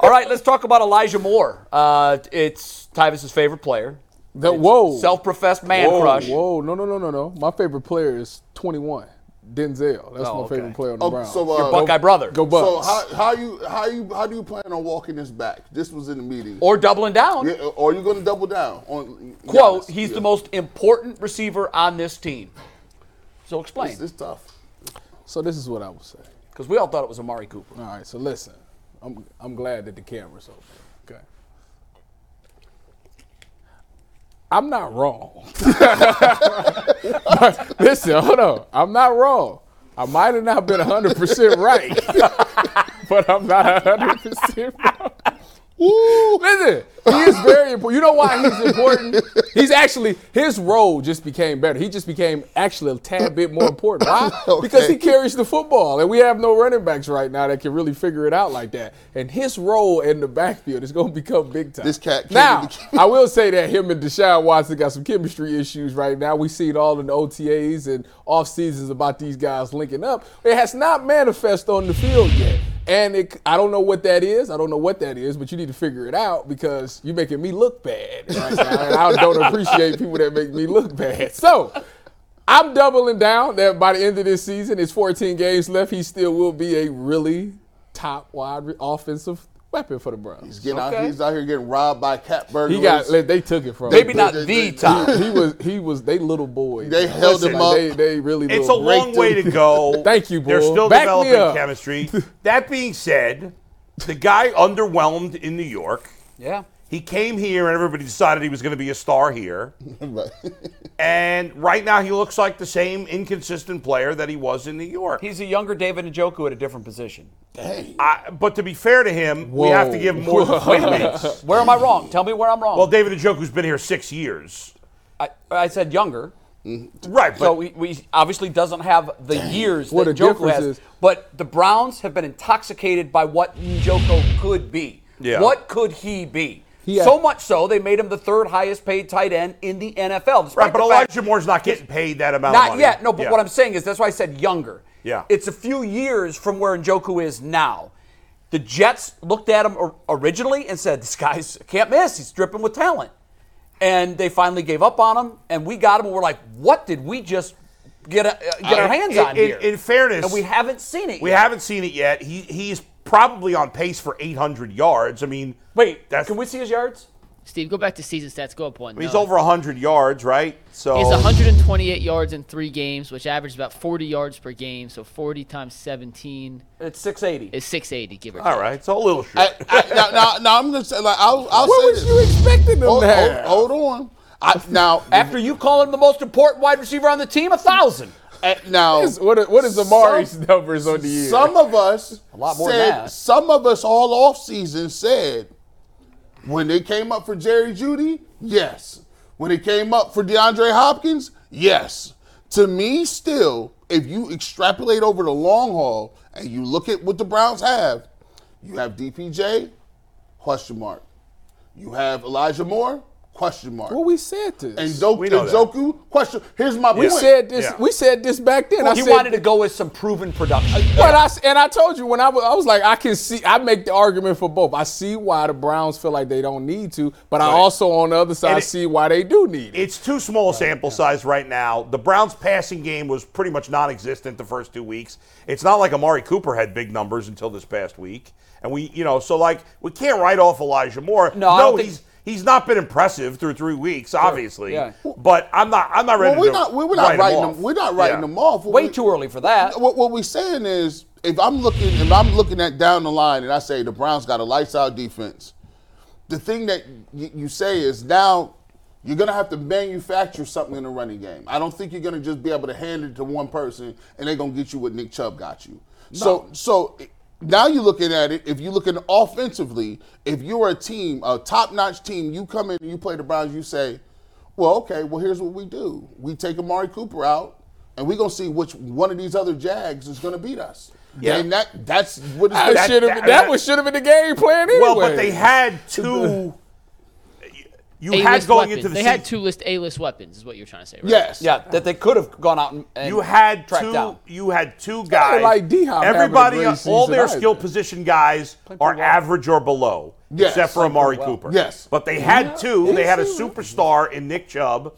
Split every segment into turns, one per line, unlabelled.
All right, let's talk about Elijah Moore. Uh, it's Tyvus's favorite player.
The, whoa.
Self-professed man
whoa,
crush.
Whoa, no, no, no, no, no. My favorite player is 21, Denzel. That's
Oh,
my
okay.
favorite player on the
Oh,
Browns.
so, uh, Your
Buckeye brother.
Go
So
Bucks.
how, how you how you how do you plan on walking this back? This was in the meeting.
Or doubling down.
Yeah, or are you going to double down on?
Quote,
Giannis?
he's
Yeah.
the most important receiver on this team. So explain.
It's, it's tough.
so this is what I would say.
Because we all thought it was Amari Cooper.
All right, so listen. I'm I'm glad that the camera's open. Okay. I'm not wrong. But listen, hold on. I'm not wrong. I might have not been 100% right, but I'm not 100% wrong. Ooh, listen, he is very important. You know why he's important? He's actually, his role just became better. He just became actually a tad bit more important. Why? Because he
Okay.
carries the football, and we have no running backs right now that can really figure it out like that. And his role in the backfield is going to become big time.
This cat came
Now,
in the-
I will say that him and Deshaun Watson got some chemistry issues right now. We see it all in the OTAs and off seasons about these guys linking up. It has not manifest on the field yet. And it, I don't know what that is. I don't know what that is, but you need to figure it out because you're making me look bad. right now, and I don't appreciate people that make me look bad. So I'm doubling down that by the end of this season, it's 14 games left. He still will be a really top wide re- offensive weapon for the Browns.
He's getting out.
Okay.
He's out here getting robbed by cat burglars.
He got they took it from
Maybe
him.
not
they-
the
they-
top.
he was he was they little boys.
They held him up.
They, they really.
It's a
little
long
raked
way
him.
to go.
Thank you,
They're
Bull.
still
Back me
developing
up.
chemistry. That being said, the guy underwhelmed in New York.
Yeah.
He came here and everybody decided he was going to be a star here.
Right.
And right now he looks like the same inconsistent player that he was in New York.
He's a younger David Njoku at a different position.
I, but to be fair to him, we have to
Whoa.
give him more than three weeks.
Where am I wrong? Tell me where I'm wrong.
Well, David Njoku's been here six years.
I, I said younger.
Right, but
So we, we obviously doesn't have the years
What
that
a
Njoku
difference
has.
is-
But the Browns have been intoxicated by what Njoku could be.
Yeah.
What could he be?
He had-
so much so they made him the third highest paid tight end in the NFL. despite
right, but
the fact-
Elijah Moore's not getting paid that amount of
Not
money.
yet. No, but
Yeah.
what I'm saying is that's why I said younger.
Yeah.
It's a few years from where Njoku is now. The Jets looked at him or- originally and said, this guy's can't miss. He's dripping with talent. And they finally gave up on him, and we got him, and we're like, what did we just get, uh, get our
In-
hands
in-
on
in-
here?
in fairness-
And we haven't seen it
We
yet.
haven't seen it yet. He he's probably on pace for 800 yards. I mean,
Wait,
that's
can we see his yards?
Steve, go back to season stats. Go up one.
He's
No.
over 100 yards, right? So
He has 128 yards in three games, which averages about 40 yards per game. So 40 times 17
It's 680.
is 680, give or take.
All right, so a little short.
I, I, now, now, now I'm gonna say like I'll, I'll
What was
say
you
this.
expecting him
Hold,
to
hold,
have?
hold on. I, now,
After you call him the most important wide receiver on the team, a 1,000.
eh, now,
What is- What is, what is Amari's
Some-
numbers on the year?
Some of us
lot more
said,
than that.
Some of us all off season said when they came up for Jerry Judy, yes. When it came up for DeAndre Hopkins, yes. To me, still, if you extrapolate over the long haul and you look at what the Browns have, you have DPJ, question mark. You have Elijah Moore, question mark.
well, we said this.
and Doku,
We know
and
that.
Joku, question. Here's my
we
point.
said this.
Yeah.
We said this back then. I
He
said,
wanted to go with some proven production.
But I s- and I told you when I was, I was like I can see I make the argument for both. I see why the Browns feel like they don't need to, but I also on the other side
And it-
see why they do need it.
it's too small a sample size right now. The Browns' passing game was pretty much non-existent the first two weeks. It's not like Amari Cooper had big numbers until this past week, and we, you know, so like we can't write off Elijah Moore.
No, I don't think-
he's he's not been impressive through three weeks, obviously.
yeah.
But I'm not I'm not
Well,
ready
we're
to
not we're, we're not
write
writing
him
them.
off.
We're not writing
Yeah.
them off.
Way
We-
too early for that.
What, what we're saying is, if I'm looking, if I'm looking at down the line, and I say the Browns got a lights out defense, the thing that y- you say is now you're gonna have to manufacture something in the running game. I don't think you're gonna just be able to hand it to one person and they're gonna get you what Nick Chubb got you. So, so i- now you're looking at it. If you're looking offensively, if you're a team, a top-notch team, you come in and you play the Browns, you say. Well, okay. Well, here's what we do: we take Amari Cooper out, and we're gonna see which one of these other Jags is gonna beat us.
Yeah.
and that that's what it's
Uh, That,
That-
should have
that-
that, was should have been the game plan anyway.
Well, but they had two. you had
A-list
going
weapons.
into the
they
season.
had two list A-list weapons, is what you're trying to say, right?
Yes.
Yeah, that they could have gone out and, and
You had
tracked
two.
down.
You had two guys.
like D-Hop having a
Everybody,
great
uh, all
season
their
either.
skill position guys are average or below,
Yes.
except for Amari Cooper.
Yes.
but they had two. They had a superstar in Nick Chubb,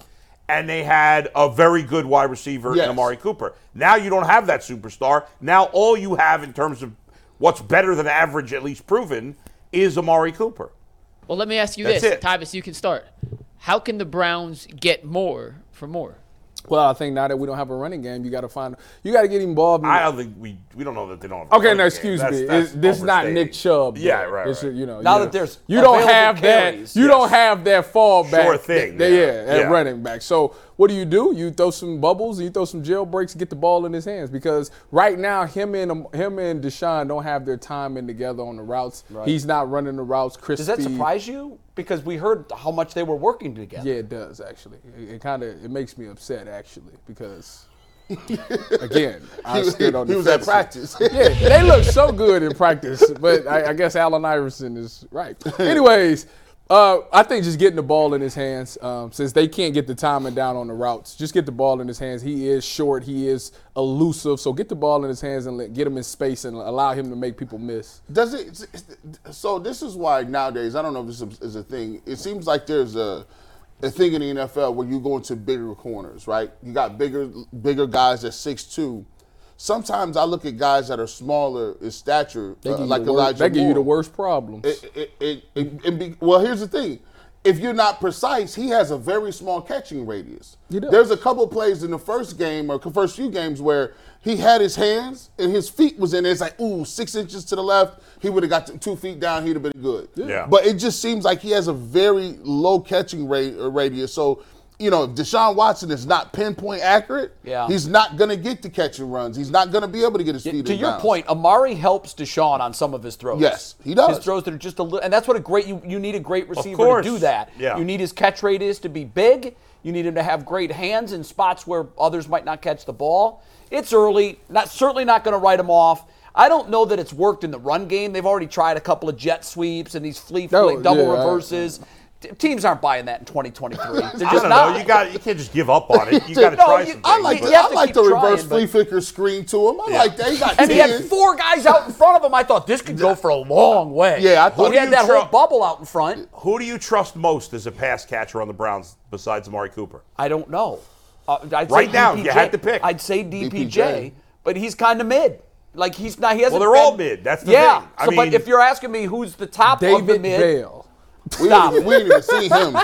and they had a very good wide receiver
Yes.
in Amari Cooper. Now you don't have that superstar. Now all you have in terms of what's better than average, at least proven, is Amari Cooper.
Well, let me ask you
That's
this,
it.
Tyvis, you can start. How can the Browns get more for more?
Well, I think now that we don't have a running game, you got to find you got to get involved. In
I don't think we we don't know that they don't. Have a
Okay,
running
now
game.
excuse
That's-
me.
that's
It's- this is not
overstating.
Nick Chubb.
Yeah,
though.
right,
This
right.
is, you know,
Now
you
that
know,
there's
you don't
available
have
carries,
that. You don't have that fallback.
Sure thing,
that-
yeah.
yeah, at
Yeah.
running back. So what do you do? You throw some bubbles. You throw some jailbreaks. and Get the ball in his hands because right now him and um, him and Deshaun don't have their timing together on the routes. He's not running the routes. Chris
Does that
Speed-
surprise you? Because we heard how much they were working together.
Yeah, it does actually. It, it kind of it makes me upset actually because again I
He-
stood on
he
the
was at
fence.
practice.
yeah, they look so good in practice, but I, I guess Allen Iverson is right. Anyways, uh, I think just getting the ball in his hands, um, since they can't get the timing down on the routes, just get the ball in his hands. He is short, he is elusive, so get the ball in his hands and let, get him in space and allow him to make people miss.
Does it? So this is why nowadays I don't know if this is- is a thing. It seems like there's a a thing in the NFL where you go into bigger corners, right? You got bigger bigger guys at six two. Sometimes I look at guys that are smaller in stature,
They
uh,
give, you,
like
the
Elijah
worst, they give you the
Moore.
worst problems.
It, it, it, it, it be, well, here's the thing. If you're not precise, he has a very small catching radius.
He does.
There's a couple plays in the first game or first few games where he had his hands and his feet was in there. It's like, ooh, six inches to the left. He would have got t- two feet down. He'd have been good.
Yeah.
But it just seems like he has a very low catching ra- uh, radius. So, you know, if Deshaun Watson is not pinpoint accurate,
Yeah.
he's not going to get the catching runs. He's not going to be able to get his feet in
To your
bounds.
point, Amari helps Deshaun on some of his throws.
Yes, he does.
His throws that are just a little, and that's what a great you, you need a great receiver to
course.
do that.
Yeah.
You need his catch radius to be big. You need him to have great hands in spots where others might not catch the ball. It's early. Not certainly not going to write him off. I don't know that it's worked in the run game. They've already tried a couple of jet sweeps and these flea
No,
flick double
yeah, I-
reverses. T- Teams aren't buying that in 2023. They're just
I don't
not.
know. You got. You can't just give up on it. You got to
No,
try
you-
something.
I like
You
the,
have
I
to
like
keep
the
trying,
reverse
but-
flea flicker screen to him. I
Yeah.
like that. He got
And he had
kids.
four guys out in front of him. I thought this could go for a long way.
Yeah, I thought-
he had
Who do
that
you
whole
tru-
bubble out in front.
Who do you trust most as a pass catcher on the Browns besides Amari Cooper?
I don't know. Uh, I'd
Right
say
now,
DPJ.
you had to pick.
I'd say DPJ,
DPJ.
but he's kind of mid. Like he's not. He hasn't.
they're
been-
all mid. That's the
yeah.
thing. I
so, but
mean-
if you're asking me who's the top of the
David
mid,
Bell.
We
Stop.
didn't, even, we didn't even see him.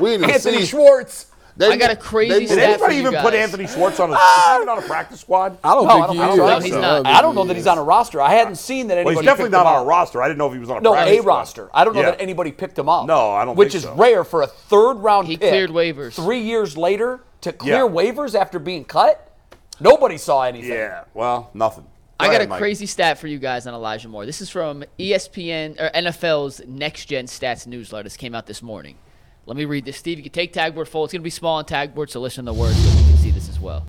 We didn't even
Anthony
see
Schwartz.
They-
I got a crazy
they-
stat
Did
Bad for
anybody
you
even put
guys.
Anthony Schwartz on a, is he even on a practice squad?
I don't
No, I don't,
think he
I
is.
don't think
No, he's
so.
not.
I don't know that he's on a roster. I hadn't seen that
Well,
anybody.
he's definitely
picked him
not on
up.
a roster. I didn't know if he was on a
No,
practice
a
squad.
roster. I don't know
Yeah.
that anybody picked him up.
No, I don't
Which
think
is
so.
rare for a third round.
He
pick,
cleared waivers.
three years later to
Yeah.
clear waivers after being cut. Nobody saw anything.
Yeah. Well, nothing. Go
I got
ahead,
a
Mike.
crazy stat for you guys on Elijah Moore. This is from E ESPN or NFL's Next Gen Stats newsletter. This came out this morning. Let me read this. Steve, you can take tag word full. It's going to be small on tag word, so listen to the words so you can see this as well.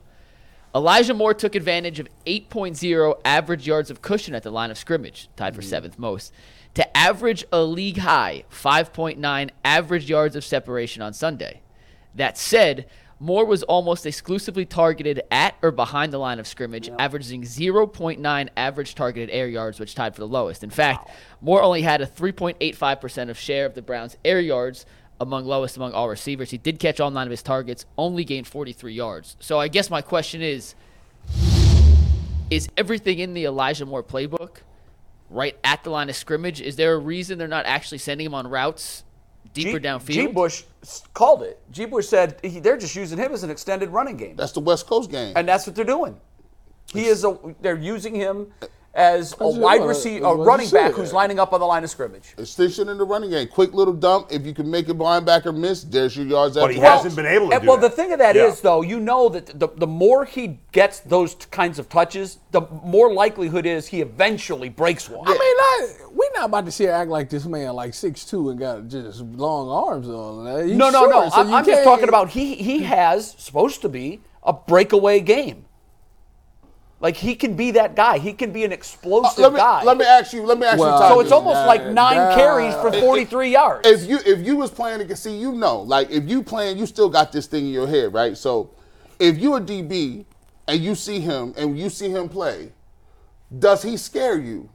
Elijah Moore took advantage of 8.0 average yards of cushion at the line of scrimmage, tied for seventh most, to average a league high 5.9 average yards of separation on Sunday. That said, Moore was almost exclusively targeted at or behind the line of scrimmage, averaging 0.9 average targeted air yards, which tied for the lowest. In fact, Moore only had a 3.85% of share of the Browns' air yards among lowest among all receivers. He did catch all nine of his targets, only gained 43 yards. So I guess my question is is everything in the Elijah Moore playbook right at the line of scrimmage? Is there a reason they're not actually sending him on routes
G,
deeper downfield?
G. Bush s- called it. G. Bush said he, they're just using him as an extended running game,
That's the West Coast game.
and that's what they're doing. He is a. They're using him as a
That's
wide
what-
receiver,
that's
a
what
running
you said.
back who's lining up on the line of scrimmage.
Extension in the running game. Quick little dump. If you can make a linebacker miss, there's your yards.
But
after
he
the
hasn't
catch.
been able to
And,
do
well,
that.
the thing of that is,
Yeah.
though, you know that the, the more he gets those t- kinds of touches, the more likelihood is he eventually breaks one.
I mean, I, we're not about to see her act like this man like six two and got just long arms and all of that. He's
no, no,
short,
no.
so
I'm,
you
I'm just
can't-
talking about he he has supposed to be a breakaway game. Like he can be that guy. He can be an explosive
let me
guy.
let me ask you. Let me ask
Well,
you. Ty,
so it's
this.
almost like nine
Yeah.
carries for 43 yards.
if you if you was playing against, see, you know, like if you playing, you still got this thing in your head, right? So if you a DB and you see him and you see him play, does he scare you?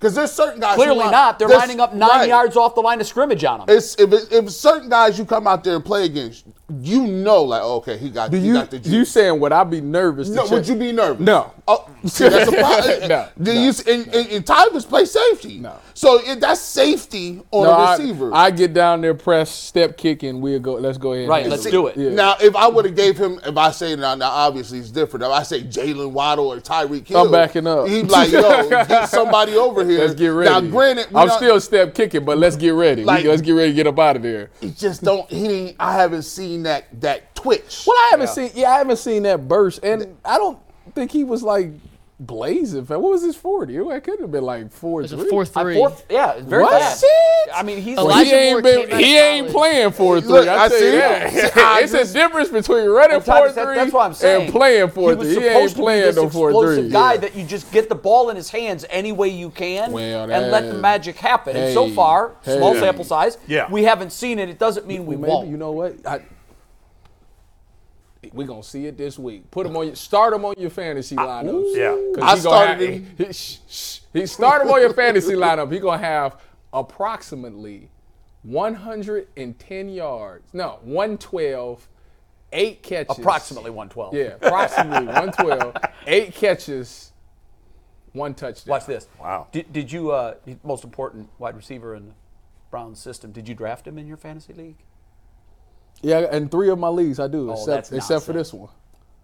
Because there's certain guys who
Clearly
line-
not. They're
there's-
lining up nine
right.
yards off the line of scrimmage on him.
It's if, it, if certain guys you come out there and play against, you know, like oh, okay, he got
Do
he
you
got the juice.
you saying would I be nervous? to
No, would
check-
you be nervous?
No.
Oh, see, that's a problem.
No,
Do
no,
you? And, and, and Tyvus play safety.
No.
So it, that's safety on
No,
a
I-
receiver.
I, get down there, press, step kick, and we'll go. Let's go ahead. and
Right,
handle
let's do it.
Yeah.
Now, if I would have gave him, if I say now, now obviously it's different. If I say Jalen Waddle or Tyreek Hill,
I'm backing up.
He'd like, yo, get somebody over here.
Let's get ready.
Now, granted, we
I'm
don't-
still step kicking, but let's get ready. We-
Like-
let's get ready to get up out of there.
he just don't. He didn't. I haven't seen that that twitch.
Well, I haven't seen. Yeah, I haven't seen that burst, and I don't think he was like blazing. fast. What was his forty? It could have been like four.
There's a four
I-
three.
fourth- yeah, it's very
What?
fast.
Shit.
I mean, he's
Elijah
he ain't,
Moore
been,
came out of
he ain't
college.
playing four three.
Look,
I,
I
tell
see
you
that.
that.
See, I
it's a difference between running
And Thomas,
four
that-
three
that's what I'm saying.
and playing four
he was
three. He
supposed
ain't
to be
playing
this
no four
explosive
three.
guy that you just get the ball in his hands any way you can
Well,
and let
that-
the magic happen. and so
hey,
far, small
hey.
sample size,
Yeah.
we haven't seen it. It doesn't mean we
Maybe
won't.
you know what? I, we gonna see it this week. Put him on. Your, start him on your fantasy lineups.
Yeah.
'Cause he
I
gonna have-
started him.
He, he, shh, shh. he start him on your fantasy lineup. He gonna have approximately 110 yards. No, 112, eight catches.
Approximately 112.
Yeah, approximately 112, eight catches, one touchdown.
Watch this.
Wow.
Did, did you, uh, the most important wide receiver in the Browns system, did you draft him in your fantasy league?
Yeah, and three of my leagues I do,
Oh, that's
except except for
nonsense.
this one.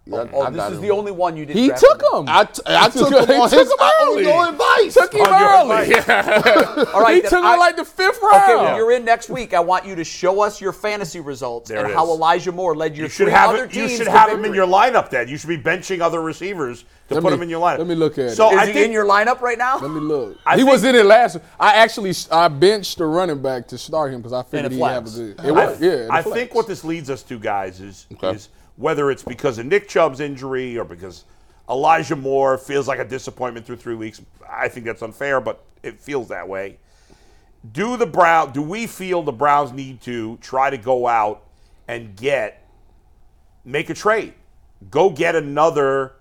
Yeah,
Oh,
I
this
got
is
him.
the only one you didn't
He
draft
took
in.
him.
I, t- I
He
took,
took-
him
he
on
took
his
him
I
early.
only know advice.
Took him
On your
early.
All right,
he
then
took him
I-
like the fifth round.
Okay, when you're in next week, I want you to show us your fantasy results
There
and
it
how
is.
Elijah Moore led your
You should
three
have
other
it, you
teams
should
to
have him in
victory.
your lineup. Then you should be benching other receivers to
Let
put
me-
him in your lineup.
let me look at
So
it.
Is
I
he
think
in your lineup right now?
Let me look.
I
he
think-
was in it last. I actually I benched the running back to start him because I
And
figured
it
he'd have a
flaps.
good. It
I,
worked. yeah. and it
I
flaps.
think what this leads us to, guys, is
Okay.
is whether it's because of Nick Chubb's injury or because Elijah Moore feels like a disappointment through three weeks. I think that's unfair, but it feels that way. Do the Brown? Do we feel the Browns need to try to go out and get make a trade? Go get another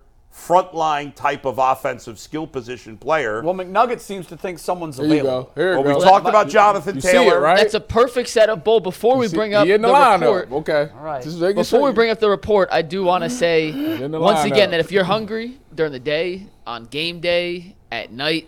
frontline type of offensive skill position player.
Well, McNugget seems to think someone's
Here you
available.
go. Here you
Well,
go.
we talked about Jonathan
You see it,
Taylor,
right?
That's a perfect setup. Bull, before we
See,
bring up
he in the,
report,
lineup. Okay. All
right.
before we bring up the report, I do want to say
in the
once again
lineup.
that if you're hungry during the day, on game day, at night,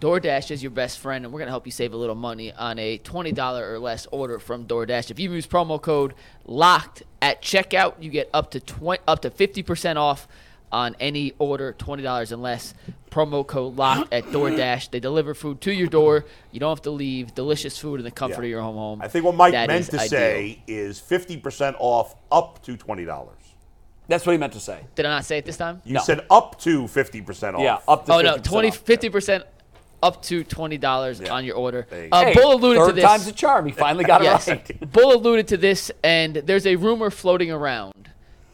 DoorDash is your best friend, and we're gonna help you save a little money on a twenty dollar or less order from DoorDash. If you use promo code Locked at checkout, you get up to twenty up to fifty percent off on any order twenty dollars and less. Promo code Locked at DoorDash. They deliver food to your door. You don't have to leave. Delicious food in the comfort of your home. Home.
I think what Mike
That
meant
is
to
ideal.
say is 50% off up to $20.
That's what he meant to say.
Did I not say it this time?
You
No.
said up to 50% off.
Yeah, up to
Oh no,
50%
20
off.
50% up to $20
Yeah.
on your order.
There you go.
Uh,
Hey,
Bull alluded
third
to this.
time's a charm. He finally got
Yes.
it right.
Bull alluded to this and there's a rumor floating around.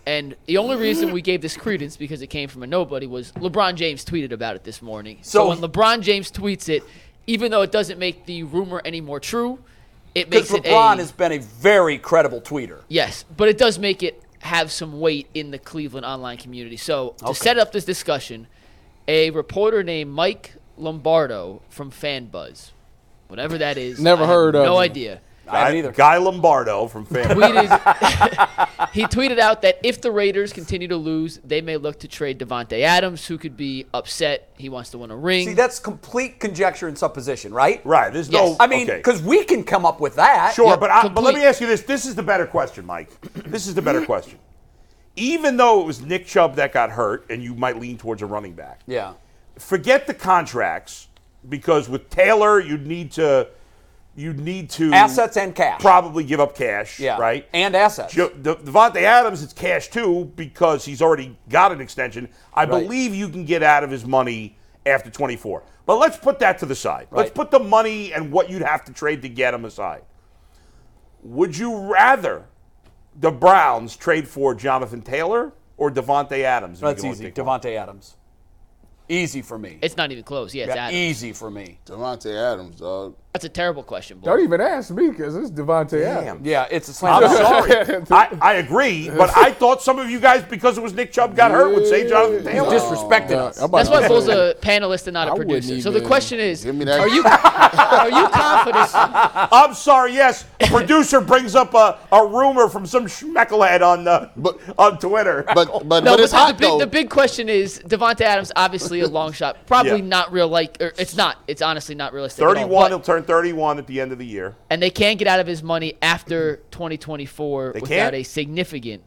And the only reason we gave this credence because it came from a nobody was LeBron James tweeted about it this morning.
So-
So, when LeBron James tweets it, even though it doesn't make the rumor any more true, it
Because
makes it
LeBron
a,
has been a very credible tweeter.
Yes, but it does make it have some weight in the Cleveland online community. So to set up this discussion, a reporter named Mike Lombardo from FanBuzz, whatever that is,
Never
I have
heard of
no
him.
idea.
I haven't
Guy-
either.
Guy Lombardo from Fan.
Tweeted, he tweeted out that if the Raiders continue to lose, they may look to trade Devonte Adams, who could be upset. He wants to win a ring.
See, that's complete conjecture and supposition, right?
right. There's no.
Yes.
I mean,
okay.
because we can come up with that.
Sure,
Yep,
but, I, but let
complete.
me ask you this. This is the better question, Mike. This is the better question. Even though it was Nick Chubb that got hurt, and you might lean towards a running back,
Yeah.
forget the contracts because with Taylor, you'd need to. You would need to
Assets and cash.
Probably give up cash,
Yeah.
right?
And assets.
Jo- De- Devontae Adams, it's cash too because he's already got an extension. I believe you can get out of his money after 24. But let's put that to the side.
Right.
Let's put the money and what you'd have to trade to get him aside. Would you rather the Browns trade for Jonathan Taylor or Devonte Adams? if you
That's
can only
easy.
pick one?
Devonte Adams. Easy for me.
It's not even close. Yeah, it's
Yeah, e-
Adams.
easy for me.
Devontae Adams, dog.
That's a terrible question, boy.
Don't even ask me because it's Devontae Adams.
Damn.
Yeah, it's a slam.
I'm
dunk.
sorry. I, I agree, but I thought some of you guys, because it was Nick Chubb got hurt, would say Jonathan Taylor.
You disrespected
Uh,
us.
I'm about
That's
to
why
say-
Bull's a panelist and not a
I wouldn't
producer. So the
even-
question is,
Give me that.
are you are you confident?
I'm sorry. Yes, producer brings up a, a rumor from some schmecklehead on the
But-
on Twitter.
But but but
but
it's
the-
hot
the,
though.
big, the big question is Devonte Adams obviously a long shot, probably
Yeah.
not real like or it's not. It's honestly not realistic. at all,
31. He'll
but-
turn 31 at the end of the year.
and they can't get out of his money after 2024
They
without
can't?
a significant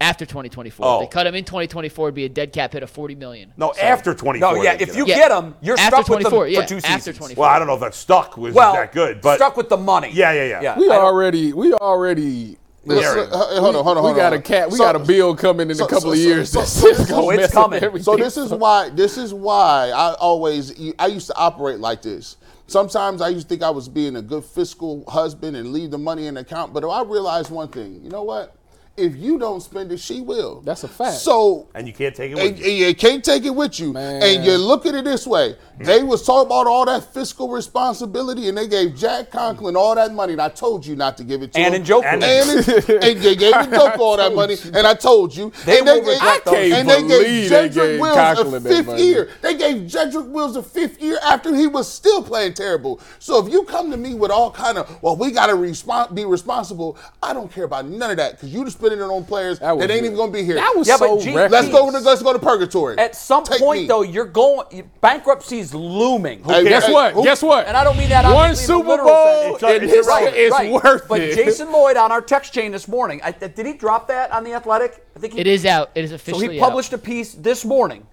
after 2024.
Oh.
If they cut him in 2024, it'd be a dead cap hit of 40 million.
No, after 24.
No, yeah.
they
If
get
you
him.
Yeah.
get him, you're
After
stuck with them
24,
for
yeah,
two seasons.
after 24.
well, I don't know if that stuck was
Well,
that good, but
stuck with the money.
Yeah, yeah, yeah.
We already, we already.
Let's-
Yeah.
uh, hold on, hold on,
we
hold
got
on.
a cat. We
So-
got a bill coming in
so-
a couple
so-
of
so-
years.
so-
that's
so-
just
so
gonna
it's
mess up
coming. So
everything.
So this is why this is why I always I used to operate like this. Sometimes I used to think I was being a good fiscal husband and leave the money in the account, but I realized one thing. You know what? If you don't spend it, she will.
That's a fact.
So
and you can't take it
and,
with you.
and you can't take it with you.
Man.
And you look at it this way: they was talking about all that fiscal responsibility, and they gave Jack Conklin all that money. And I told you not to give it to
And
him.
in Joker.
And-
and, and they gave Njoku all that money, and I told you.
They
and
will regret
I can't
and they
believe
gave
they
Jedrick
gave
Wills
Conklin
a
that
fifth
money.
year. They gave Jedrick Wills a fifth year after he was still playing terrible. So if you come to me with all kind of, well, we got to respon be responsible. I don't care about none of that because you just spending it on players that,
That was it.
ain't even going to be here.
That was
Yeah, but
so
G-
reckless.
Let's go. To, let's go to purgatory.
At some
Take
point,
me.
though, you're going bankruptcy's looming.
Hey,
Guess
hey,
what?
who-
Guess what?
And I don't mean that
One
obviously in a
Super
literal
Bowl.
sense.
and
It's- it's
It's,
right,
it's
right.
worth
But
it.
Jason Lloyd on our text chain this morning, I, th- did he drop that on the Athletic? I think he,
It is out. It is
So
officially
he published a piece this morning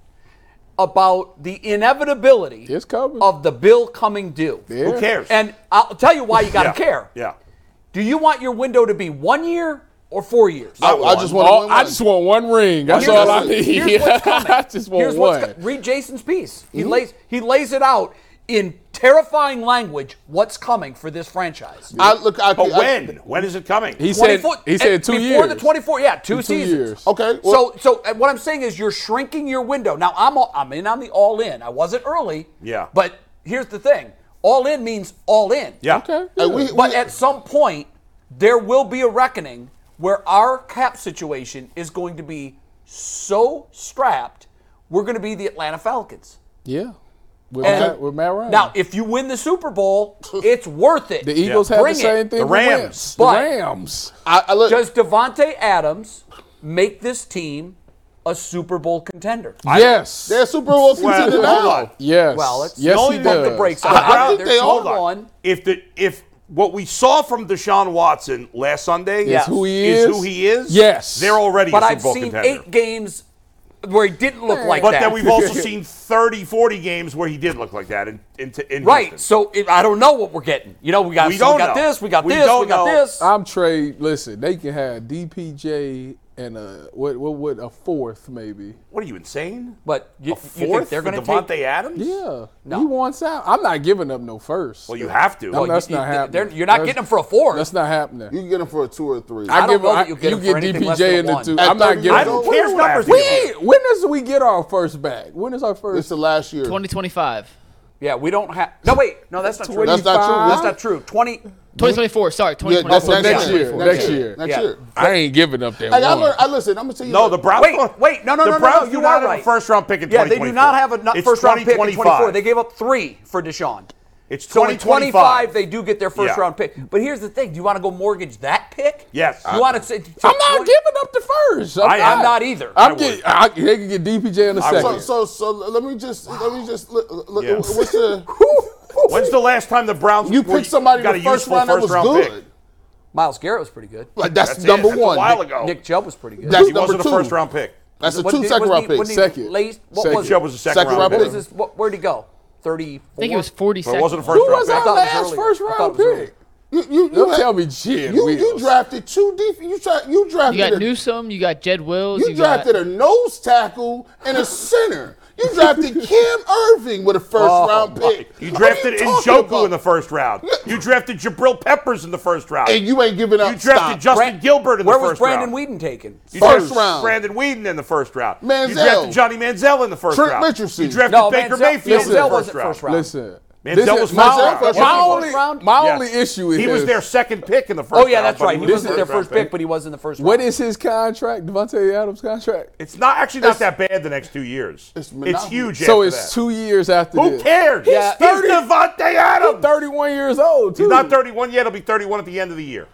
about the inevitability
It's coming.
Oh,
of the bill coming due.
Yeah.
Who cares?
And I'll tell you why you got to
yeah.
care.
Yeah.
Do you want your window to be one year or four years?
I, I just want.
Oh, I just want one ring. That's
Here's
all I
what's-
need.
Here's what's coming.
I just want
Here's what's
one. Mm-hmm.
co- read Jason's piece. He lays he lays it out in terrifying language what's coming for this franchise.
I look. I,
But
I-
when? when is it coming?
He said.
24
He said
and
two
eh, before
years.
the 24. Yeah, two,
two
seasons.
years.
Okay, well-
so so uh, what I'm saying is you're shrinking your window. Now I'm all, I'm in on the all in. I wasn't early.
Yeah.
But here's the thing. All in means all in.
yeah.
Okay.
Hey, we-
But
we-
at some point, there will be a reckoning where our cap situation is going to be so strapped, we're going to be the Atlanta Falcons.
Yeah. With,
And-
Matt, with Matt Ryan.
Now, if you win the Super Bowl, it's worth it.
the Eagles
Yeah.
have
Bring
the
it.
same thing.
The
with Wentz.
Rams.
The
But-
Rams.
I, I look.
Does Devonte Adams make this team a Super Bowl contender?
Yes.
they're Super Bowl contender
Well,
now.
hold on.
Yes.
Well, it's
yes,
the only
he
bump
does.
the brakes on.
I- I
that.
think
They're
they
two
all
and
Hold on.
one.
If the if what we saw from Deshaun Watson last Sunday
Is who he is?
who he is,
Yes.
they're already
But
a Super
I've
Bowl
seen
contender.
eight games where he didn't look like
but
that.
then we've also seen 30, 40 games where he did look like that in in, in
right.
Houston.
So it, I don't know what we're getting. You know, we got
We
so
don't
got
know.
this, we got
We
this, we
don't
got
know.
this.
I'm trade. Listen, they can have DPJ and a what? What? What? A fourth maybe.
what are you insane?
but you,
a
you think
fourth
they're
for
going to
Devontae
take?
Adams?
Yeah.
No.
He wants out. I'm not giving up no first.
Well, you have to.
No,
Well,
that's
you-
not
you- they're-
happening.
You're not
That's-
getting him for a four.
That's not happening.
You can get him for a two or three.
I don't
give
know
him-
that you'll get him for anything less than
in
one.
two.
At
I'm not
30
giving.
I
years
him-
don't
What
care
is
what
that
numbers
We
he gets.
when does we get our first back? When is our
It's
first?
the last year.
2025,
Yeah, we don't have. No, wait. No, that's not true.
That's not true.
25?
That's not true. Twenty.
2024. Sorry,
Yeah,
2024.
that's
Oh, so next
next year.
year. Next year.
Next
Yeah.
year.
I ain't giving up that
Hey, I, learned, I listen. I'm gonna tell you.
No,
what-
the Browns.
Wait, wait, no, no,
the
no, no,
Browns
no,
do
you
not
are
have a
right.
first round pick in
Yeah, they do not have a not
It's
first round pick in 24.
2025.
They gave up three for Deshaun.
It's
So in
2025.
they do get their first
Yeah.
round pick. But here's the thing: Do you want to go mortgage that pick?
Yes.
You want to say?
I'm not giving up the first. I'm,
I am
not-
not either.
I'm
I
getting.
would.
I, they can get DPJ in a
would.
second.
So, so, so let me just let me just look. look
Yeah.
What's the?
When's the last time the Browns
You
were-
picked somebody
got
in the
a
first
useful
round that
first
was
round
good.
pick?
Miles Garrett was pretty good.
Like that's
That's it.
number
That's
one.
A while ago,
Nick Chubb was pretty good.
That's
he wasn't
number
a
two.
first round pick.
That's a
What
two
did-
second
wasn't
round
he-
pick.
wasn't he
Second.
laced- what
Second.
was it?
Chubb was a second,
Second
round
round
What
pick.
was his? What, where'd he go? Thirty.
I think it was 40
But it wasn't a
seconds.
first
Who
round
was
pick.
I
our
thought it was
last
earlier.
first
I thought
round
it was
pick?
You, you, you,
Don't
had-
tell me Jim
you, you
Wills.
drafted two def. You, tra- you drafted
You got
a,
Newsom. You got Jed Wills.
you
got-
drafted a nose tackle and a center. You drafted Cam Irving with a first round pick.
Oh, You
What are
drafted
talking
Njoku
about?
in the first round. You drafted Jabril Peppers in the first round.
and you ain't giving up.
You drafted
stop.
Justin Gilbert in
Where
the
was
first
Brandon
round.
Whedon taken?
You
First
drafted
round.
Brandon Whedon in the first round. You
Manziel.
drafted Johnny Manziel in the first
Trent
round.
Richardson.
You drafted
No,
Baker
Manziel-
Mayfield in the
Manziel
1st
wasn't
round.
first round.
Listen.
Man,
this
that
is-
was
my,
first
my
round. Wasn't he
only,
first round?
my
Yes.
only issue is
he was
this.
their second pick in the first.
Oh yeah,
round,
that's
but
right. He
was
wasn't
first
their
round
first pick, but he was in the first
What
round.
is his contract? Devontae Adams' contract?
It's not actually not that bad. The next two years,
It's
it's,
monopoly.
huge.
so
after
it's
that.
two years after
Who
this.
cares?
Yeah.
He's Devontae Adams.
31 years old, too.
He's not 31 yet. He'll be 31 at the end of the year.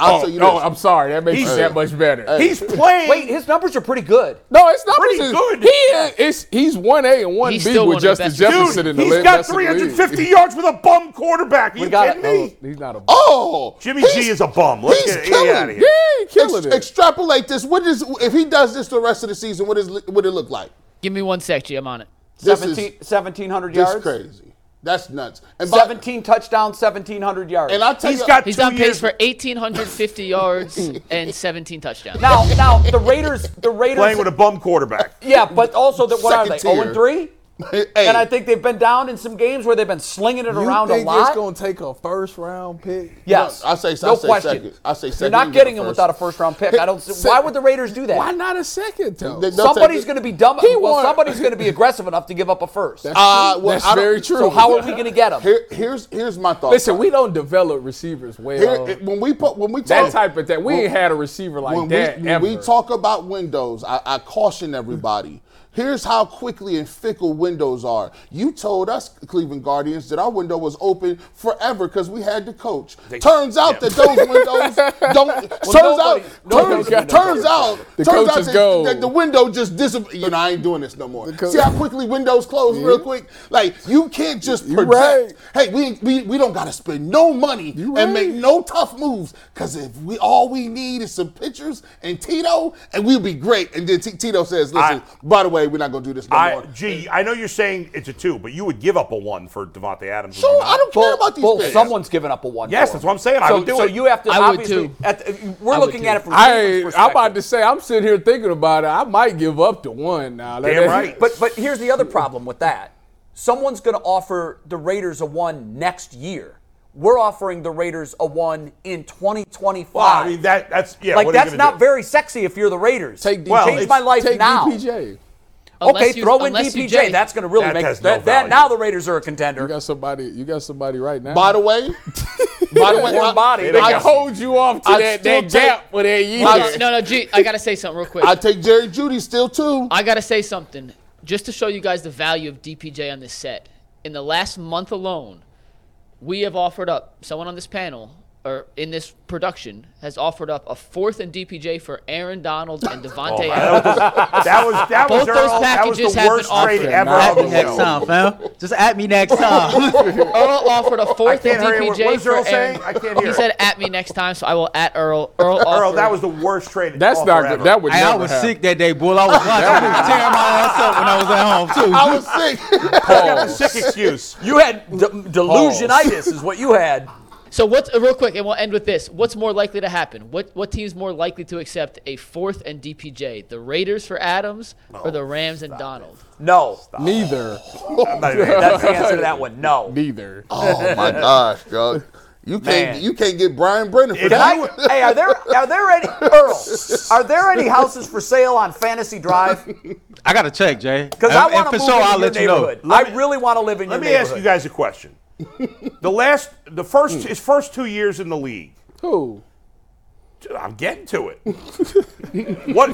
I'll
Oh,
tell you
no,
this.
I'm sorry. That makes
He's-
it that much better.
He's playing.
Wait, his numbers are pretty good.
no, it's not
pretty
racist.
good.
He is, it's, he's 1A and 1B
He's still
with
one of the
Justin
best receivers.
Jefferson
Dude,
in the
he's
league.
got
That's the league.
350 yards with a bum quarterback. Are you
We got
kidding
it.
Oh,
me?
he's not a.
Oh,
Jimmy
he's-
G is a bum. Let's
he's
get,
killing.
get out of
yeah,
here.
he killing
Ex-
it.
extrapolate this. What is if he does this the rest of the season? What is what it look like?
Give me one sec, G. I'm on it.
This
17,
is
1,700
this
yards.
crazy. That's nuts. And by-
17 touchdowns, 1,700 yards.
And I tell
He's
you,
got
He's
two
on pace
years.
for 1,850 yards and 17 touchdowns.
now, now the Raiders, the Raiders,
playing with a bum quarterback.
yeah, but also that what are
Second
they? 0 and
tier.
3.
Hey,
And I think they've been down in some games where they've been slinging it
You
around
think
a lot.
it's gonna take a first round pick?
yes,
No, I say- I
no
say
question.
second. I say
You're
second,
not
you get a
getting him
first.
without a first round pick. I don't. see- Why would the Raiders do that?
Why not a second though?
They- they'll
Somebody's
take-
going to be dumb.
He
well,
won.
somebody's going to be aggressive enough to give up a first.
Uh, well,
That's
I don't-
very true.
So how are we going to get him?
Here, here's here's my thought.
Listen, we don't develop receivers well.
Here- when we put when we talk
that type of thing. We ain't had a receiver like
when,
that
we, when
ever.
we talk about windows, I, I caution everybody. Here's how quickly and fickle windows are. You told us, Cleveland Guardians, that our window was open forever because we had the coach. turns out
yeah.
that those windows don't. turns
nobody-
out,
nobody
turns,
got the
turns
coach.
out,
The
turns
coach
out
is
that,
gold.
that the window just disappeared. You know, I ain't doing this no more.
coach-
See how quickly windows close real quick. Like you can't just
You
project. Hey, we, we we don't gotta spend no money
You
and
right.
make no tough moves because if we all we need is some pictures and Tito, and we'll be great. And then T- Tito says, "Listen,
I-
by the way, we're not gonna do this no
I,
more."
gee, I know you're saying it's a two, but you would give up a one for Devontae Adams. would you
Sure,
not?
I don't care about these
Well,
picks.
someone's given up a one.
Yes,
for
that's
him.
what I'm saying. I
So,
would do
so
it.
you have to
I would
obviously.
too.
At the, we're
would
looking
too.
at it from
I,
Cleveland's
I'm about to
perspective.
say, I'm sitting here thinking about it. I might give up to one now. That-
Damn
that-
right.
But but here's the other problem with that. Someone's going to offer the Raiders a one next year. We're offering the Raiders a one in 2025.
Well, I mean that. That's yeah.
like
what are you
that's
gonna
not
do?
very sexy if you're the Raiders.
Take D-
Well,
change
it's-
my life
take
now.
DPJ.
Okay,
Unless you-
throw in
unless you
DPJ.
Jay-
that's going to really
That
make
has no
that, that
value.
now the Raiders are a
You
contender.
got somebody. You got somebody right now.
by the way, by the way,
Warm
I,
body.
I,
They
I
got-
hope-
hold you off to
I
that,
still
that
take-
gap for that year.
I-
No, no, G. I gotta say something real quick.
I take Jerry Judy still too.
I gotta say something just to show you guys the value of DPJ on this set. In the last month alone, we have offered up someone on this panel or in this production has offered up a fourth and DPJ for Aaron Donald and Devontae. Adams.
That was that was that was,
Both those
Earl, that was
packages
the
have been
worst trade
offered.
ever.
At
on
me
the
next
show.
time, fam. Just at me next time.
Earl offered a fourth and
can't hear you. What-
DPJ
what is
for
Earl saying?
Aaron.
I can't hear.
He said at me next time, so I will at Earl. Earl,
Earl,
offered,
that was the worst trade.
That's
offer
not
ever.
good. That would
Hey, I
never
was
happen.
sick that day, bull. I was watching. I was tearing my ass up when I was at home too.
I was sick.
That's a sick excuse.
You had de- delusionitis, is what you had.
So what's uh, real quick, and we'll end with this. What's more likely to happen? What what team's more likely to accept a fourth and DPJ? The Raiders for Adams or the Rams and Donald?
No,
Neither.
I'm not even-
that's the answer to that one. No.
Neither.
oh my gosh, dog. You can't
Man.
you can't get Brian Brennan for
If
Can
that.
you-
I, hey, are there are there any Earl? Are there any houses for sale on Fantasy Drive?
I gotta check, Jay.
Because I
And-
want
and
to
for
move
sure,
into
I'll
your
let you know.
neighborhood. I really want to live in your
Let me
neighborhood.
ask you guys a question. The last, the first, his first two years in the league.
Who?
Dude, I'm getting to it. what?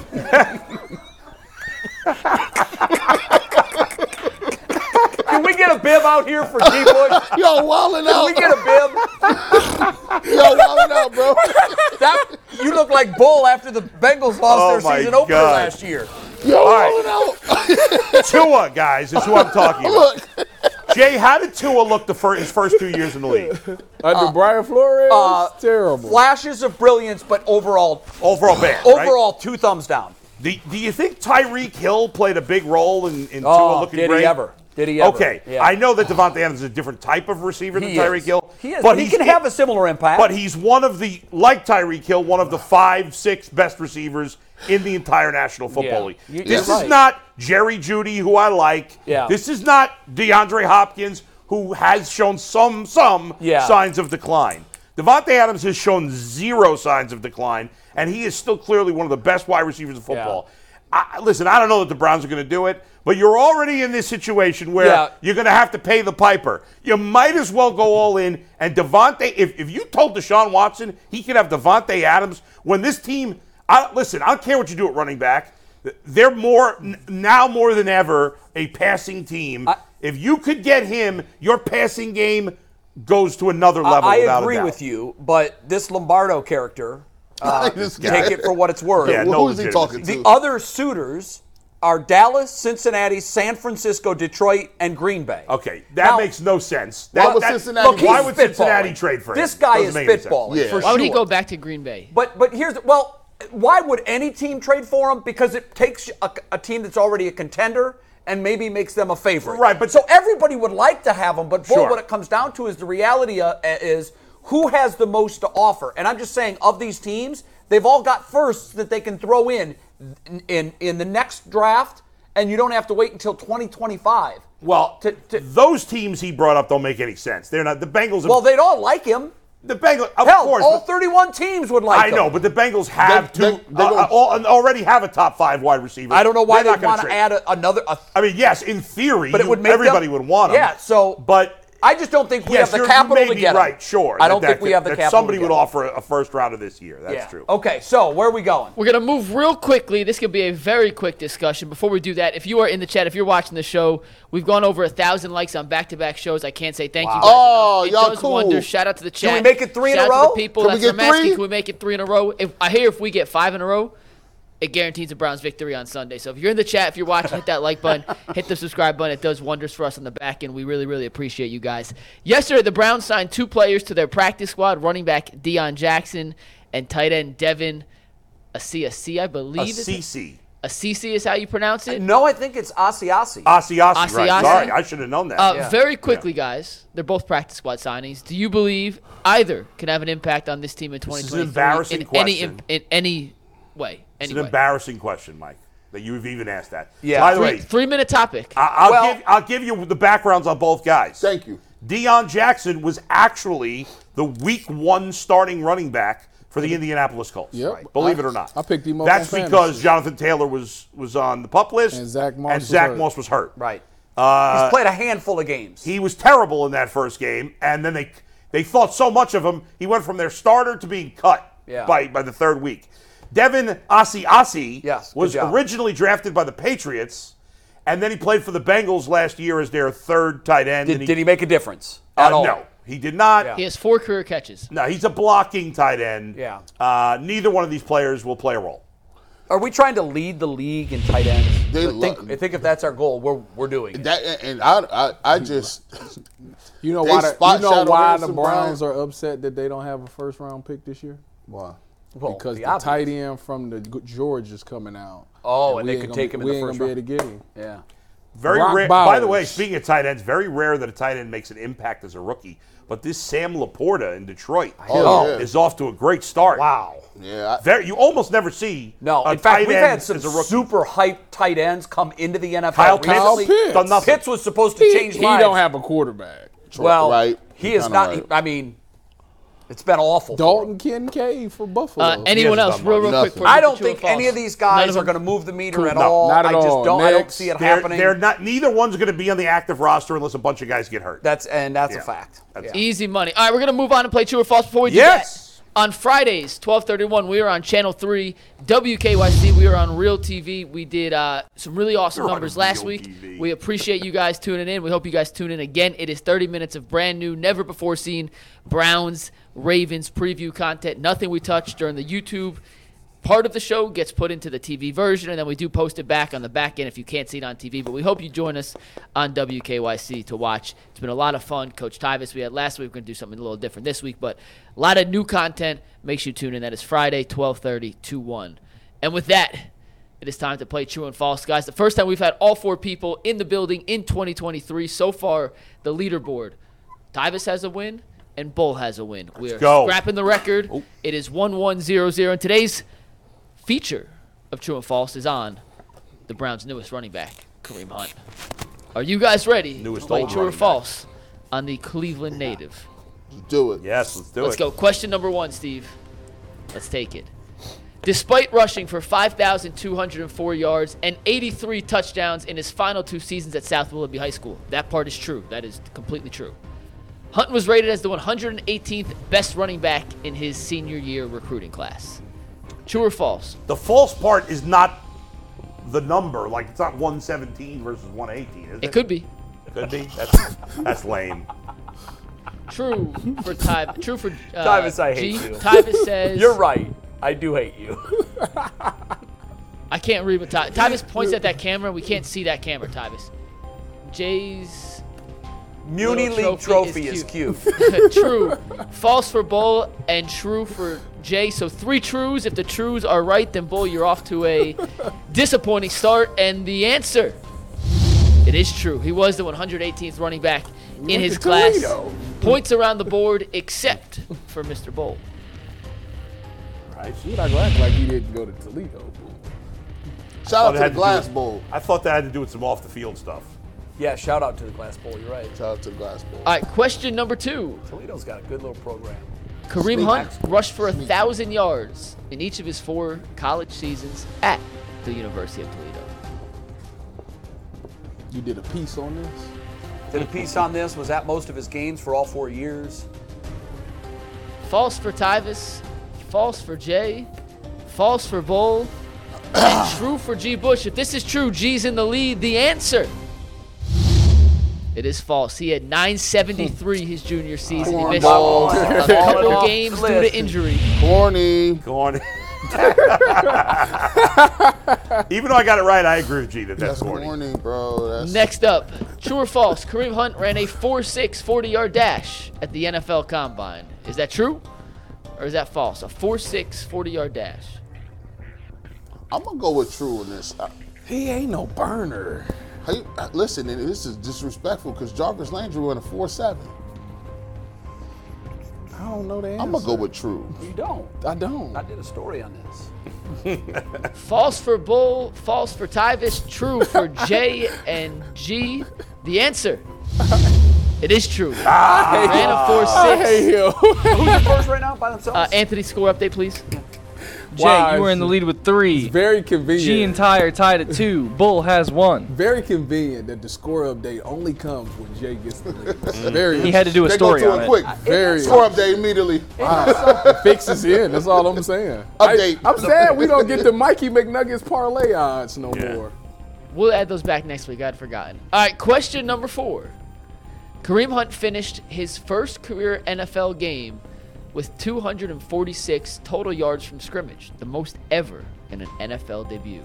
Can we get a bib out here for D Bush? Can
Yo, wildin' out.
we get a bib?
Yo, wildin' out, bro.
That, you look like Bull after the Bengals lost
Oh
their
my
season opener
God.
last year.
Yo,
All right.
wildin' out.
Tua, guys, is who I'm talking about. Jay, how did Tua look the fir- his first two years in the league?
Uh,
Under Brian Flores?
uh,
Terrible.
Flashes of brilliance, but overall,
Overall bad. right?
overall, two thumbs down.
Do, do you think Tyreek Hill played a big role in, in
Oh,
Tua looking
did
great?
he ever? Did he ever?
Okay,
Yeah.
I know that Devontae Adams is a different type of receiver than
He is.
Tyreek Hill.
He is.
but
He
he's-
can have a similar impact.
But he's one of the, like Tyreek Hill, one of the five, six best receivers in the entire National Football
Yeah.
League.
You're
This is
right.
not Jerry Judy, who I like.
Yeah.
This is not DeAndre Hopkins, who has shown some some
Yeah.
signs of decline. Devontae Adams has shown zero signs of decline, and he is still clearly one of the best wide receivers in football. I, listen, I don't know that the Browns are going to do it, but you're already in this situation where
Yeah.
you're going to have to pay the piper. You might as well go all in. And Devontae, if, if you told Deshaun Watson he could have Devontae Adams when this team, I, listen, I don't care what you do at running back. They're more n- now more than ever a passing team. if you could get him, your passing game goes to another level.
I
without a
agree
doubt.
with you, but this Lombardo character, uh,
This guy.
take it for what it's worth.
Yeah,
Who
no
is he
legitimacy.
talking
The uh,
to?
other suitors are Dallas, Cincinnati, San Francisco, Detroit, and Green Bay.
Okay, that
Now-
makes no sense.
Why
That-
would
that-
Cincinnati- Look, he's
why would Cincinnati
spitballing.
trade for him?
This guy
Doesn't
is
make any sense.
spitballing
Yeah.
for
Why
Why would he
sure.
go back to Green Bay?
But but here's well, why would any team trade for him? Because it takes a, a team that's already a contender and maybe makes them a favorite.
Right, but-
so everybody would like to have him. But boy,
Sure.
what it comes down to is the reality uh, is who has the most to offer. And I'm just saying, of these teams, they've all got firsts that they can throw in in in the next draft, and you don't have to wait until 2025.
Well,
To- to-
those teams he brought up don't make any sense. They're not the Bengals.
Well, they'd all like him.
the Bengals, of
Hell,
course.
all
but-
31 teams would like
I
him.
know, but the Bengals have
They-
two.
they- they
uh,
don't-
uh, all- and already have a top five wide receiver.
I don't know why
They're
they
not gonna
want to
trade.
add a, another. A
I mean, yes, in theory,
But it
you-
would make them-
everybody would want him.
Yeah, so-
but
I just don't think we
yes,
have the
you're-
capital
you may
to
be
get him.
right. Sure,
I don't
that-
think
that
we
could-
have the
that
capital.
Somebody
to
would
get him.
offer a first round of this year. That's
Yeah. Oh,
true.
Okay, so where are we going?
We're going to move real quickly. This could be a very quick discussion. Before we do that, if you are in the chat, if you're watching the show, we've gone over a thousand likes on back-to-back shows. I can't say thank you. Guys
Oh,
enough. It
y'all
does
cool.
Wonder. Shout out to the chat.
we make it three in
Shout
a
out to the
row?
people.
Can we
That's what
get
I'm asking.
three?
Can we make it three in a row? If I hear if we get five in a row, it guarantees the Browns victory on Sunday. So if you're in the chat, if you're watching, hit that like button, hit the subscribe button. It does wonders for us on the back end. We really, really appreciate you guys. Yesterday, the Browns signed two players to their practice squad: running back Deion Jackson and tight end Devin Asiasi, I
A
believe. is it?
CC.
Asisi is how you pronounce it.
No, I think it's Asiasi.
Asiasi, right.
Asiasi?
Sorry, I should have known that.
Uh, Very quickly, guys, they're both practice squad signings. Do you believe either can have an impact on this team in
is
2023?
an embarrassing
in any
question.
in any way?
it's
Anyway.
an embarrassing question, Mike, that you've even asked that.
Yeah.
By the
Three,
way, Ah.
three minute topic.
I- I'll,
Well-
give, I'll give you the backgrounds on both guys.
Thank you.
Deion Jackson was actually the week one starting running back for the Indianapolis Colts.
Yep. Right.
Believe
I-
it or not.
I picked him up
That's
on
because
fantasy.
Jonathan Taylor was was on the pup list.
And Zach Moss
and
was
Zach
hurt.
Moss was hurt.
right.
Uh,
He's played a handful of games.
he was terrible in that first game, and then they they thought so much of him, he went from their starter to being cut
Yeah.
by by the third week. Devin Asiasi
Yes, good
was
job.
originally drafted by the Patriots, and then he played for the Bengals last year as their third tight end.
did,
and
did he make a difference
uh,
at all?
No, he did not.
Yeah.
he has four career catches.
No, he's a blocking tight end.
Yeah.
Uh, neither one of these players will play a role.
Are we trying to lead the league in tight ends?
They
I think,
love-
I think if that's our goal, we're we're doing it.
That and I, I, I just
You know
They
why? The,
spot
you know
shot
why
Orson
the Browns are upset that they don't have a first round pick this year?
wow.
Well,
Because the,
obvious.
tight end from the G- George is coming out.
Oh, and
we
they
ain't
could
gonna
take
be-
him in
we
the
ain't
first
gonna Be able to get him.
Yeah.
Very
Rock
rare. By the
Bowers.
way, speaking of tight ends, very rare that a tight end makes an impact as a rookie. But this Sam Laporta in Detroit
Oh, yeah.
is off to a great start.
Wow.
Yeah, I,
Very, you almost never see.
No,
a
in fact,
tight
we've
end
had some
as a rookie.
super hype tight ends come into the NFL.
Kyle Pitts,
Kyle
recently.
Pitts.
done nothing.
Pitts was supposed to
He,
change
he
lives.
don't have a quarterback.
well,
Right.
he
You're
is
kinda
not.
right.
I mean, it's been awful. for him.
Dalton Kincaid for Buffalo.
Uh,
hasn't
anyone else?
done
Real,
much.
real quick.
Nothing.
before we
I
get
don't
to true or
think any
false.
of these
None
guys
of
are
them-
going to move the meter at
No,
all.
not at
I just
all.
don't. I don't
Next.
see it
They're,
happening.
they're not. Neither one's going to be on the active roster unless a bunch of guys get hurt.
That's and that's
Yeah.
a fact.
That's-
Yeah.
Easy money. All right, we're gonna move on and play true or false before we do
Yes.
that. On Fridays, 12:31, we are on Channel 3 WKYC. We are on Real TV. We did uh, some really awesome
We're on
numbers last
Real
week.
TV.
We appreciate you guys tuning in. We hope you guys tune in again. It is 30 minutes of brand new, never before seen Browns Ravens preview content. Nothing we touch during the YouTube part of the show gets put into the TV version, and then we do post it back on the back end if you can't see it on TV. But we hope you join us on WKYC to watch. It's been a lot of fun. Coach Tyvis, we had last week. We're going to do something a little different this week, but a lot of new content. Make sure you tune in. That is Friday, 1230 to 1. And with that, It is time to play true and false, guys. The first time we've had all four people in the building in 2023. So far, the leaderboard. Tyvis has a win, and Bull has a win. We are
go. Oh.
scrapping the record. It is 1 1 0 0. And today's feature of True and False is on the Browns' newest running back, Kareem Hunt. Are you guys ready
Newest
to play
old
True or
running back.
False on the Cleveland native?
Do it.
Yes, let's do
Let's
it.
go. Question number one, Steve. Let's take it. Despite rushing for 5,204 yards and 83 touchdowns in his final two seasons at South Willoughby High School, that part is true. That is completely true. Hunt was rated as the 118th best running back in his senior year recruiting class. True or false?
The false part is not the number. Like it's not 117 versus 118, is it?
It could be.
It could be. That's that's lame.
True for Tyvis. True for uh,
Tyvus, I hate
G.
you.
Tyvis says
You're right. I do hate you.
I can't read what Ty- Tyvis points at that camera. We can't see that camera, Tyvis. Jay's
Muni
Little
League
trophy
trophy
is
is cute.
true, false for Bull, and true for Jay. So three trues. If the trues are right, then Bull, you're off to a disappointing start. And the answer, it is true. He was the 118th running back in his class.
Toledo.
Points around the board, except for Mr. Bull.
Right, she not gonna act like he didn't go to Toledo.
Thought
Shout
it
out to
had
the
to
Glass
do with-
Bowl.
I thought that had to do with some off the field stuff.
yeah, shout out to the Glass Bowl. You're right.
Shout out to the Glass Bowl.
All right, question number two.
Toledo's got a good little program.
Kareem
Sneak.
Hunt rushed for a thousand yards in each of his four college seasons at the University of Toledo.
You did a piece on this.
Did a piece on this. Was at most of his games for all four years.
False for Tyvis, false for Jay, false for Bull, and true for G. Bush. If this is true, G's in the lead. The answer. It is false. He had 973 his junior season. He
Come on,
missed
Bull.
a
Falling
couple
off
games
the
due to
list.
injury.
Corny.
Go on. Even though I got it right, I agree with G that that's
That's
corny.
corny, bro. That's
Next up, true or false? Kareem Hunt ran a 4.6 40 yard dash at the NFL Combine. Is that true or is that false? A 4.6 40 yard dash.
I'm gonna go with true in this. I,
He ain't no burner.
how you- I- listen, and this is disrespectful because Jarvis Landry went a four seven.
I don't know the answer.
I'm gonna go with true.
You don't.
I don't.
I did a story on this.
False for Bull, false for Tyvis, true for J and G. The answer. It is true. Ran a
I
4.6.
hate him.
Who's the first right now by themselves?
Uh, Anthony, score update, please.
Jay,
Wow,
you were in the
it's-
lead with three.
Very convenient.
G and Tyre tied at two. Bull has one.
Very convenient that the score update only comes when Jay gets the lead. Very.
He had to do a
They go
story
to
on
it
it.
quick.
Very.
Score update immediately. Ah,
The fix is in. That's all I'm saying.
Update.
I, am sad we don't get the Mikey McNuggets parlay odds no
Yeah.
more.
We'll add those back next week. I'd forgotten. All right, question number four. Kareem Hunt finished his first career NFL game with 246 total yards from scrimmage, the most ever in an NFL debut.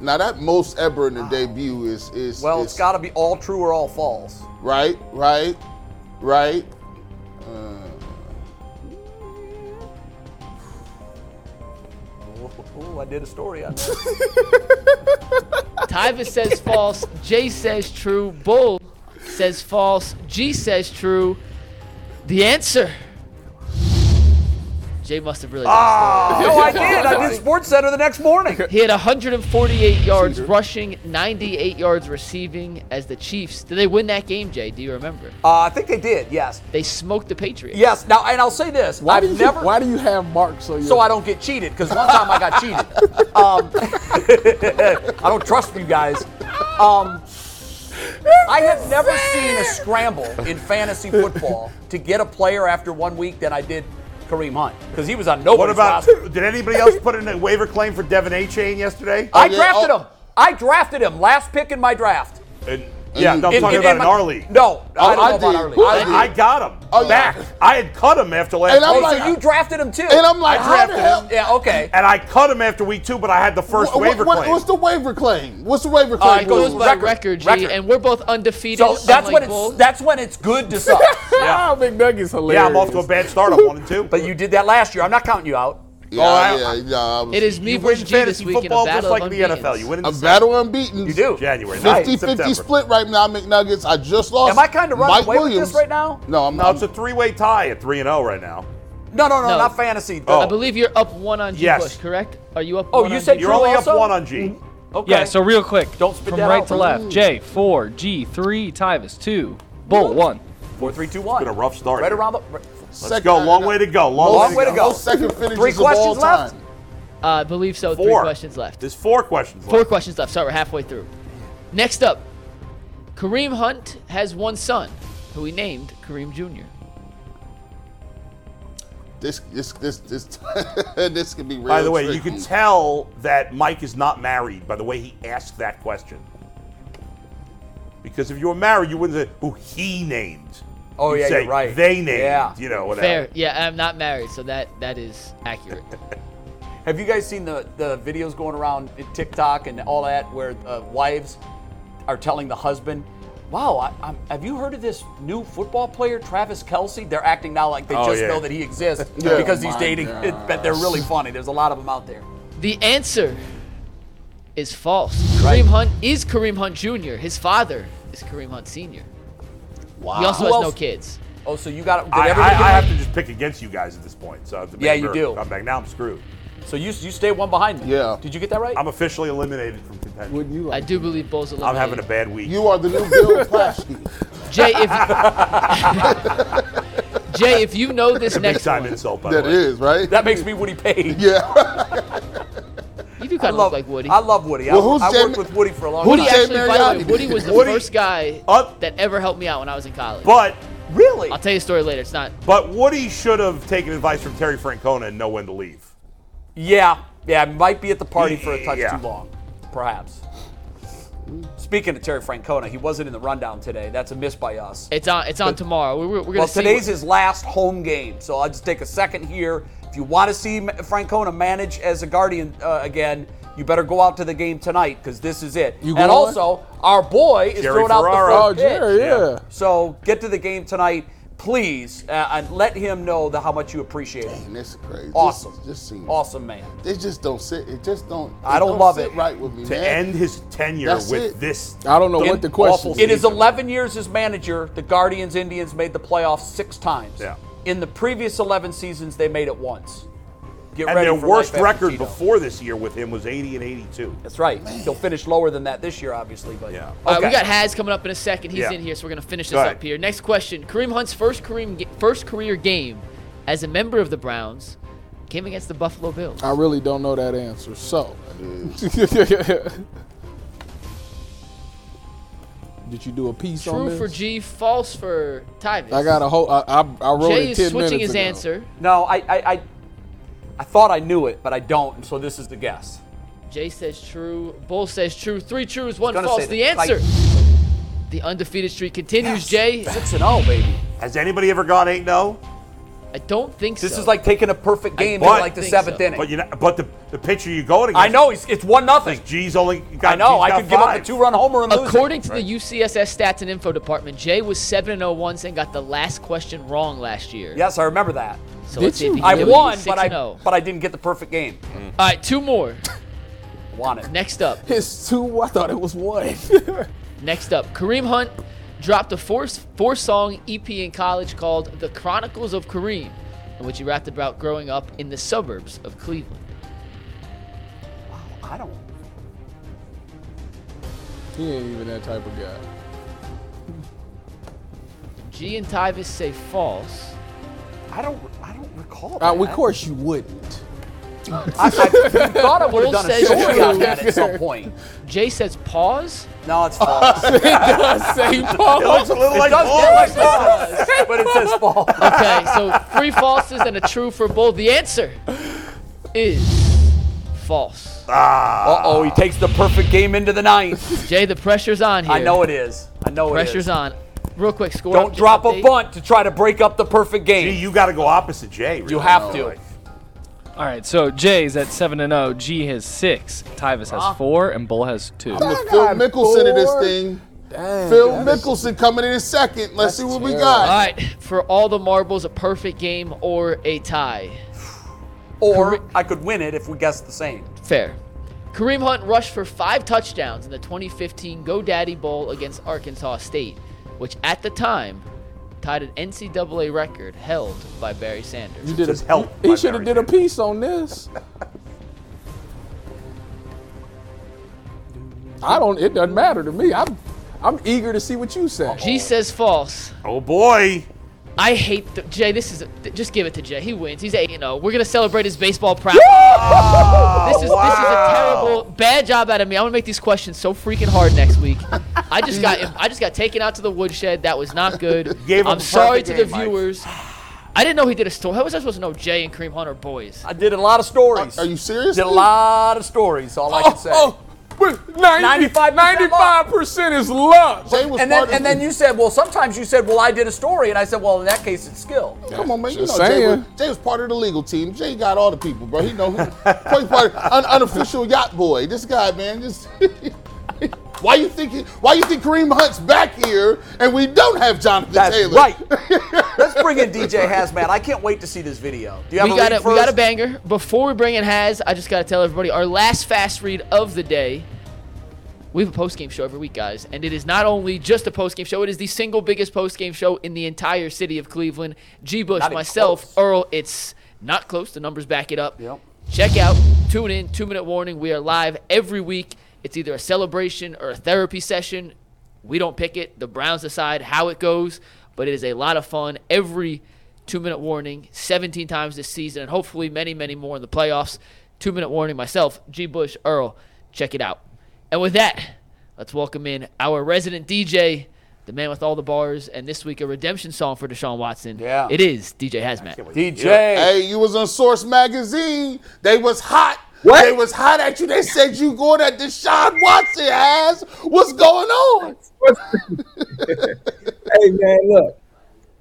Now that most ever in the debut is is
well,
is,
it's got to be all true or all false.
right, right, right.
Ooh, I did a story on this.
Tyvis says false. Jay says true. Bull says false. G says true. The answer. Jay must have really.
Ah. no, I did. I did Sports Center the next morning. Uh,
He had 148 yards rushing, 98 yards receiving as the Chiefs. Did they win that game, Jay? Do you remember?
Uh, I think they did. Yes.
They smoked the Patriots.
Yes. Now, and I'll say this.
Why
I've
do you,
never.
Why do you have marks on your?
so I don't get cheated because one time I got cheated. Um, I don't trust you guys. Um, I have never seen a scramble in fantasy football to get a player after one week than I did Kareem Hunt because he was on nobody's
What about?
roster.
Did anybody else put in a waiver claim for Devin A. Chain yesterday?
I
yeah,
drafted
oh.
him. I drafted him last pick in my draft.
And- yeah, no, I'm
In-
talking
in- in
about an
my-
R league.
No, I
Oh, I
don't know
did.
about our league.
I
I,
did.
I got him
Oh, yeah.
back. I had cut him after last
And I'm
week,
Oh,
like-
so you drafted him too.
And I'm like, how the
drafted
hell?
him.
yeah, okay.
and I cut him after week two, but I had the first
Wha- wha-
waiver
what-
claim.
What's the waiver claim? What's the waiver
All
claim?
right, it goes
rules?
by
Record,
record, G,
record.
and we're both undefeated.
So that's
unlike
when it's
Bull.
that's when it's good to suck.
Ah, McNuggets hilarious.
yeah, I'm off to a bad start on one and two.
But you did that last year. I'm not counting you out.
Yeah,
I-
yeah, yeah, I was-
It is me
You win
versus G this
fantasy
week in a
football
battle
just like
of
the NFL. You
unbeatens.
win in
a
the
battle unbeaten.
You do.
January 9th,
50
September.
50 split right now, McNuggets. I just lost.
Am I kind of running
Mike
away with
Williams.
this right now?
No, I'm
No,
not.
it's a three-way tie at three and zero right now.
No, no, no,
No.
not fantasy.
Oh.
I believe you're up one on G
Yes.
Bush, correct? Are you up?
Oh,
Oh,
you said
You're
True
only
also?
up one on G.
Mm-hmm.
okay.
Yeah, so real quick.
Don't spit
From
that
right
out,
to
bro.
left. J, 4, G, 3, Tyvus, 2, Bull, 1.
four, three, two, one.
Been a rough start.
Right around the.
Let's go. Long way to go. Long,
Long way to go.
Most second finishes
Three questions
of all time.
left?
Uh, I believe so. Three
Four
questions left.
There's four questions
Four
left.
questions left. Sorry, we're halfway through. Next up, Kareem Hunt has one son, who he named Kareem Jr.
This, this, this, this, this could be real.
By the way, you
tricky.
can tell that Mike is not married by the way he asked that question. Because if you were married, you wouldn't say who he named.
Oh,
You'd
yeah,
say,
you're right.
They named.
Yeah.
You know whatever.
Fair. Yeah, I'm not married, so that that is accurate.
Have you guys seen the, the videos going around in TikTok and all that where uh, wives are telling the husband, "Wow, I, I'm, have you heard of this new football player, Travis Kelsey?" They're acting now like they
Oh,
just
yeah.
know that he exists
Yeah.
because
Oh,
he's
my
dating. But they're really funny. There's a lot of them out there.
The answer is false. Kareem Hunt is Kareem Hunt Jr. His father is Kareem Hunt Sr. Wow. He also
Who
has no
else?
kids.
Oh, so you got? Did
I, I,
everybody get
I
one?
have to just pick against you guys at this point. So I have to make
Yeah, you
sure
do.
I'm back. Now I'm screwed.
So you you stay one behind me.
Yeah.
Did you get that right?
I'm officially eliminated from contention.
Wouldn't you
I
like?
do believe Bulls
I'm
eliminated.
having a bad week.
You are the new Bill Plaschke.
Jay, if Jay, if you know this
Big
next
time
one,
insult, by
that
the way.
is, right?
that makes me Woody Page.
yeah.
you do
I
kind of
love
look like Woody.
I love Woody.
Well,
I,
who's
I
Jay
worked
Ma-
with Woody for a long
Woody
time.
Jay
actually, by the way,
Mariotti.
Woody was the
Woody-
first guy
Uh,
that ever helped me out when I was in college.
But
Really?
I'll tell you a story later. It's not.
but Woody should have taken advice from Terry Francona and know when to leave.
Yeah, yeah, might be at the party for a touch
Yeah.
too long, perhaps. Speaking of Terry Francona, he wasn't in the rundown today. That's a miss by us.
It's on. It's on tomorrow. We're, we're gonna
Well,
see.
today's his last home game, so I'll just take a second here. If you want to see M- Francona manage as a Guardian uh, again, you better go out to the game tonight because this is it.
You
and
going?
also, our boy is
Jerry
throwing out the
Ferraro.
first
Oh,
pitch.
Jerry, yeah.
So get to the game tonight, please, uh, and let him know the, how much you appreciate it.
Man, that's crazy.
Awesome.
Just, just seems
Awesome man.
They just don't sit. It just don't.
I
it
don't love
sit
it.
Right with me,
To
man.
end his tenure
That's
with
it.
this.
I don't know what the question
awful
is.
It is
season.
11 years as manager. The Guardians Indians made the playoffs six times.
Yeah.
In the previous 11 seasons, they made it once. Get
And
ready
their
for
worst
life after
record
Tito.
before this year with him was 80 and 82.
That's right. He'll finish lower than that this year, obviously. But
Yeah.
All right, we
Okay.
got Has coming up in a second. He's
Yeah.
in here, so we're gonna finish this
Go ahead.
up here. Next question: Kareem Hunt's first Kareem ga- first career game as a member of the Browns came against the Buffalo Bills.
I really don't know that answer. So, did you do a piece on
True
this?
for G, false for Tyvis.
I got a whole. I, I, I wrote
Jay
it
is
ten
switching
minutes
his
ago.
answer.
No, I, I, I, I thought I knew it, but I don't. And so this is the guess.
Jay says true. Bull says true. Three trues, one
gonna
false.
say
The
that, like-
answer. the undefeated streak continues. Jay,
Six and zero, baby.
Has anybody ever gone oh? 8 0?
I don't think so.
This is like taking a perfect game in
but-
like the
think
seventh
so.
inning.
But you know, but the, the pitcher you go against.
I know it's, it's one nothing.
G's only got.
I know.
G's
I
got
could give up a
five.
two-run homer and lose. it.
According to the UCSS Stats and Info Department, Jay was 7 0 once and got the last question wrong last year.
Yes, I remember that.
So let's see if he
I
can do it.
won,
He's
but I
6-0.
but I didn't get the perfect game.
All right, two more.
Won it.
Next up.
It's two. I thought it was one.
Next up. Kareem Hunt dropped a four, four song EP in college called The Chronicles of Kareem, in which he rapped about growing up in the suburbs of Cleveland.
I don't.
he ain't even that type of guy.
G and Tyvis say false.
I don't. I don't recall.
Uh,
That.
of course you wouldn't.
I, I thought I would have
Bull
done a
says
story
true.
on that at some point.
Jay says pause.
No, it's false. it
Say
It
Paul.
looks a little like
does look like
balls.
false, but it says false.
Okay, so three falses and a true for Bull. The answer is false.
Uh oh, he takes the perfect game into the ninth.
Jay, the pressure's on here.
I know it is. I know it
Pressure's
is.
on. Real quick, score.
Don't
update-
drop a
update.
bunt to try to break up the perfect
Gee,
game.
you got to go opposite Jay. Really.
You have to.
All right, so J's at 7 and 0, G has 6, Tyvus has 4, and Bull has
Phil
2.
Mickelson in this
four.
Oh
thing.
Dang,
Phil
that's-
Mickelson coming in in second. Let's see what we
terrible.
All
got.
right, for all the marbles, a perfect game or a tie.
Or I could win it if we guessed the same.
Fair. Kareem Hunt rushed for five touchdowns in the 2015 GoDaddy Bowl against Arkansas State, which at the time tied an NCAA record held by Barry Sanders.
You did
says help
He
by
should have
Barry
did a piece on this. I don't. It doesn't matter to me. I'm, I'm eager to see what you say.
G says false.
Oh boy.
I hate the, Jay. This is a, just give it to Jay. He wins. He's eight. You know we're gonna celebrate his baseball practice. this is this is a terrible bad job out of me. I'm gonna make these questions so freaking hard next week. I just got I just got taken out to the woodshed. That was not good.
Gave him
I'm
a
sorry
perfect
to
game,
the
Mike.
viewers. I didn't know he did a story. How was I supposed to know Jay and Kareem Hunt are boys?
I did a lot of stories.
Are you serious? Oh,
Did a lot of stories, all I can say.
but 90,
95%
95% is luck.
Jay was
And
part
then,
of
and then
the-
you said, well, sometimes you said, well, I did a story, and I said, well, in that case, it's skill.
Come on, man. You know
Just
Jay was,
saying.
Jay was part of the legal team. Jay got all the people, bro. He know who. Quake's part of- un- unofficial yacht boy. This guy, man, just. why you think? he- Why you think Kareem Hunt's back here and we don't have Jonathan
That's
Taylor?
right. Let's bring in DJ Hazmat. I can't wait to see this video. Do you have
we
a
got
read
a, we got a
first?
banger. Before we bring in Haz, I just gotta tell everybody our last fast read of the day. We have a post game show every week, guys, and it is not only just a post game show; it is the single biggest post game show in the entire city of Cleveland. G. Bush,
Not even
myself,
close.
Earl. It's not close. The numbers back it up.
Yep.
Check out, tune in. Two minute warning. We are live every week. It's either a celebration or a therapy session. We don't pick it. The Browns decide how it goes, but it is a lot of fun. Every two minute warning, 17 times this season, and hopefully many, many more in the playoffs. Two minute warning myself, G. Bush, Earl. Check it out. And with that, let's welcome in our resident DJ, the man with all the bars, and this week a redemption song for Deshaun Watson.
Yeah.
It is DJ Hazmat.
DJ.
Hey, you was on Source Magazine. They was hot. They was hot at you. They said you going at Deshaun Watson ass. What's going on?
hey man, look,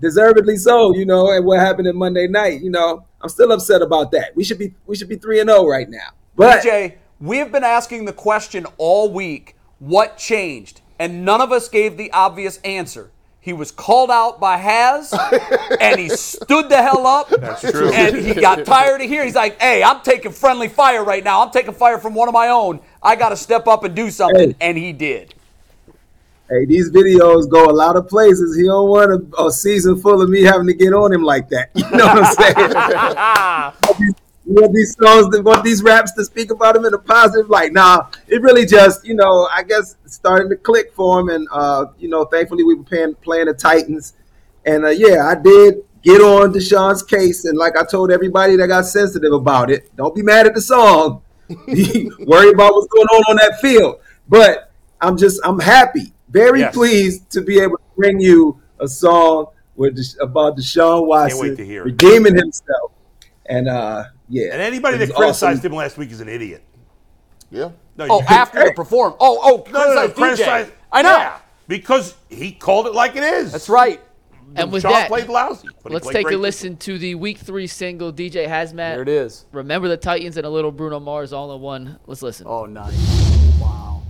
deservedly so, you know, and what happened in Monday night, you know, I'm still upset about that. We should be we should be three and zero right now. But
DJ, we have been asking the question all week what changed? And none of us gave the obvious answer. He was called out by Haz, and he stood the hell up. That's
true.
And he got tired of hearing. He's like, hey, I'm taking friendly fire right now. I'm taking fire from one of my own. I got to step up and do something.
Hey.
And he did.
hey, these videos go a lot of places. He don't want a, a season full of me having to get on him like that. You know what I'm saying? You want these songs, that want these raps to speak about him in a positive light. Nah, it really just, you know, I guess starting to click for him, and uh, you know, thankfully we were playing playing the Titans, and uh, yeah, I did get on Deshaun's case, and like I told everybody that got sensitive about it, don't be mad at the song. Worry about what's going on on that field, but I'm just, I'm happy, very
Yes.
pleased to be able to bring you a song with Desha- about Deshaun Watson
wait to hear it.
redeeming himself. And uh, yeah.
And anybody that criticized him last week is an idiot.
Yeah.
No,
Oh,
you-
after the perform. Oh, oh,
no, no, no,
criticize DJ.
criticize-
I know.
Yeah, because he called it like it is.
That's right.
And with
Sean
that,
played lousy. but he
let's
played
take a
great.
listen to the week three single, DJ Hazmat.
There it is.
Remember the Titans and a little Bruno Mars all in one. Let's listen.
Oh, nice. Wow.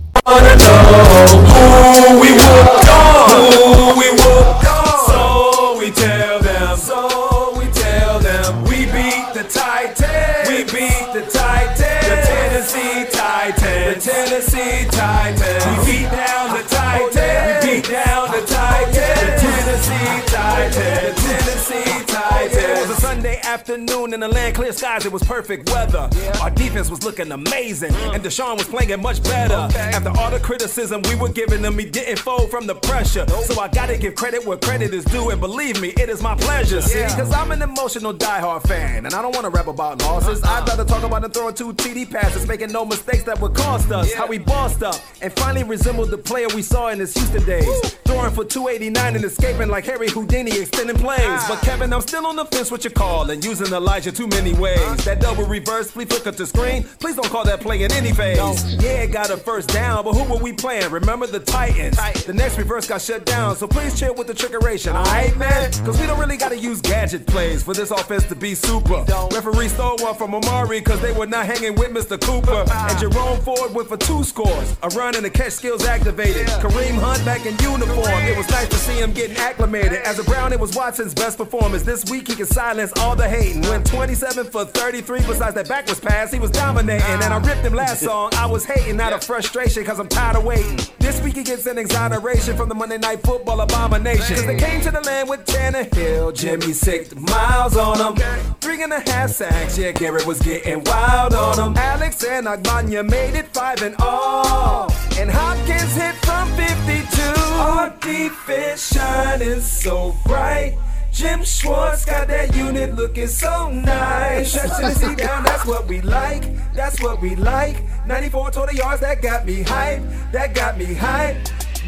So we tell them, so we tell them, we beat the Titans, we beat the Titans, the Tennessee Titans, the Tennessee Titans. We beat down the Titans, we beat down the Titans, the Tennessee Titans, the Tennessee Titans. It was a Sunday afternoon in the land, clear skies, it was perfect weather. Our defense was looking amazing, and Deshaun was playing much better. After all the criticism we were giving him, he didn't fold from the pressure. So I gotta give credit where credit is due, and believe me, it is my pleasure. See, cause I'm an emotional diehard fan, and I don't wanna rap about losses. I'd rather talk about them throwing two TD passes, making no mistakes that would cost us. How we bossed up, and finally resembled the player we saw in his Houston days. Throwing for 289 and escaping like Harry Houdini, extending plays. But Kevin, I'm still on the fence with your call and using Elijah too many ways. That double reverse, please look up the screen. Please don't call that play in any phase. Yeah, got a first down, but who were we playing? Remember the Titans. The next reverse got shut down, so please chill with the trickeration, alright, man? Cause we don't really gotta use gadget plays for this offense to be super. Referee stole one from Amari cause they were not hanging with Mr. Cooper. And Jerome Ford with for two scores. A run and a catch skills activated. Kareem Hunt back in uniform. It was nice to see him getting acclimated. As a Brown, it was Watson's best performance. This week he can silence all the hate. And went 27 for 33. Besides that backwards pass, he was dominating. And I ripped him last song. I was hating out of frustration because I'm tired of waiting. This week he gets an exoneration from the Monday Night Football abomination. Because they came to the land with Tannehill, Jimmy six miles on him. Three and a half sacks. Yeah, Garrett was getting wild on him. Alex and Agbanya made it five and all. And Hopkins hit from 52. Our defense shining so bright. Jim Schwartz got that unit looking so nice. Shut Tennessee down, that's what we like. That's what we like. 94 total yards, that got me hype. That got me hype.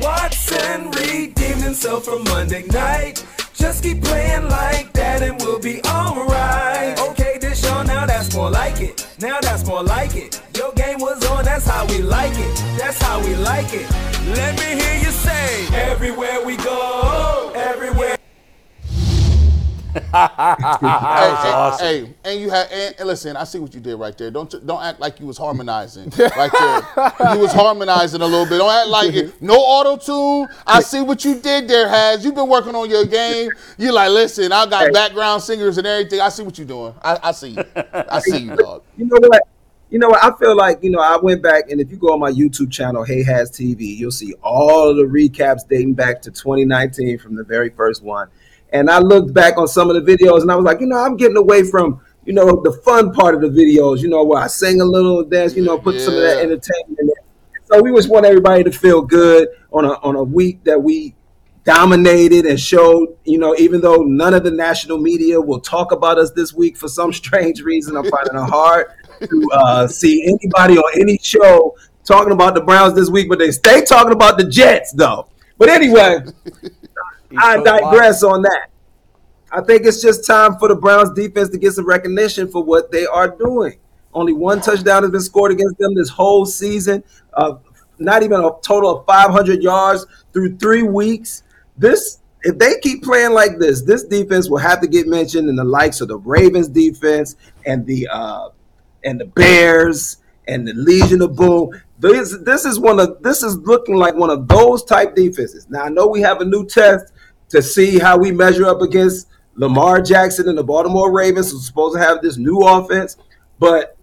Watson redeemed himself from Monday night. Just keep playing like that and we'll be alright. Okay, this show now that's more like it. Now that's more like it. Your game was on, that's how we like it. That's how we like it. Let me hear you say, everywhere we go, everywhere.
Hey, hey,
awesome.
hey, and you had and, and listen. I see what you did right there. Don't don't act like you was harmonizing right there. you was harmonizing a little bit. Don't act like it. No auto tune. I see what you did there, Has. You've been working on your game. You like listen. I got background singers and everything. I see what you're doing. I, I see you. I see you, dog.
you know what? You know what? I feel like you know. I went back, and if you go on my YouTube channel, Hey Has TV, you'll see all the recaps dating back to 2019 from the very first one. And I looked back on some of the videos, and I was like, you know, I'm getting away from you know the fun part of the videos. You know, where I sing a little, dance, you know, put some of that
Yeah.
entertainment. in there. So we just want everybody to feel good on a on a week that we dominated and showed, you know, even though none of the national media will talk about us this week for some strange reason, I'm finding it hard to uh, see anybody on any show talking about the Browns this week, but they stay talking about the Jets, though. But anyway, I digress on that. I think it's just time for the Browns defense to get some recognition for what they are doing. Only one touchdown has been scored against them this whole season. Uh, not even a total of 500 yards through three weeks. This, if they keep playing like this, this defense will have to get mentioned in the likes of the Ravens defense and the uh, and the Bears and the Legion of Boom. This this is one of this is looking like one of those type defenses. Now I know we have a new test to see how we measure up against Lamar Jackson and the Baltimore Ravens, who's supposed to have this new offense. But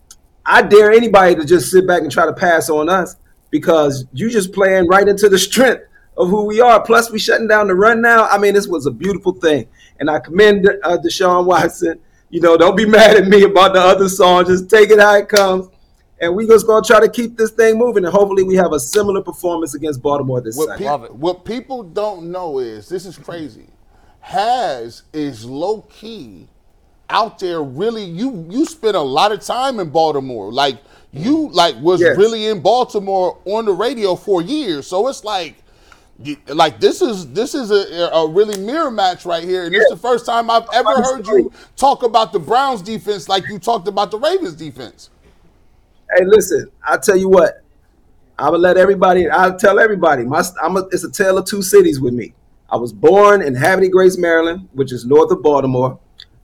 I dare anybody to just sit back and try to pass on us because you just playing right into the strength of who we are. Plus, we shutting down the run now. I mean, this was a beautiful thing, and I commend uh, Deshaun Watson. You know, don't be mad at me about the other song. Just take it how it comes, and we just gonna try to keep this thing moving. And hopefully, we have a similar performance against Baltimore this
What,
Sunday.
peop-
Love it.
what people don't know is this is crazy. Has is low key out there. Really, you you spent a lot of time in Baltimore. Like you like was
Yes.
really in Baltimore on the radio for years. So it's like. you- Like this is this is a, a really mirror match right here, and it's the first time I've ever heard you talk about the Browns defense like you talked about the Ravens defense.
Hey, listen, I tell you what, I'm gonna let everybody. I'll tell everybody. My, I'm a, it's a tale of two cities with me. I was born in Haverty Grace, Maryland, which is north of Baltimore.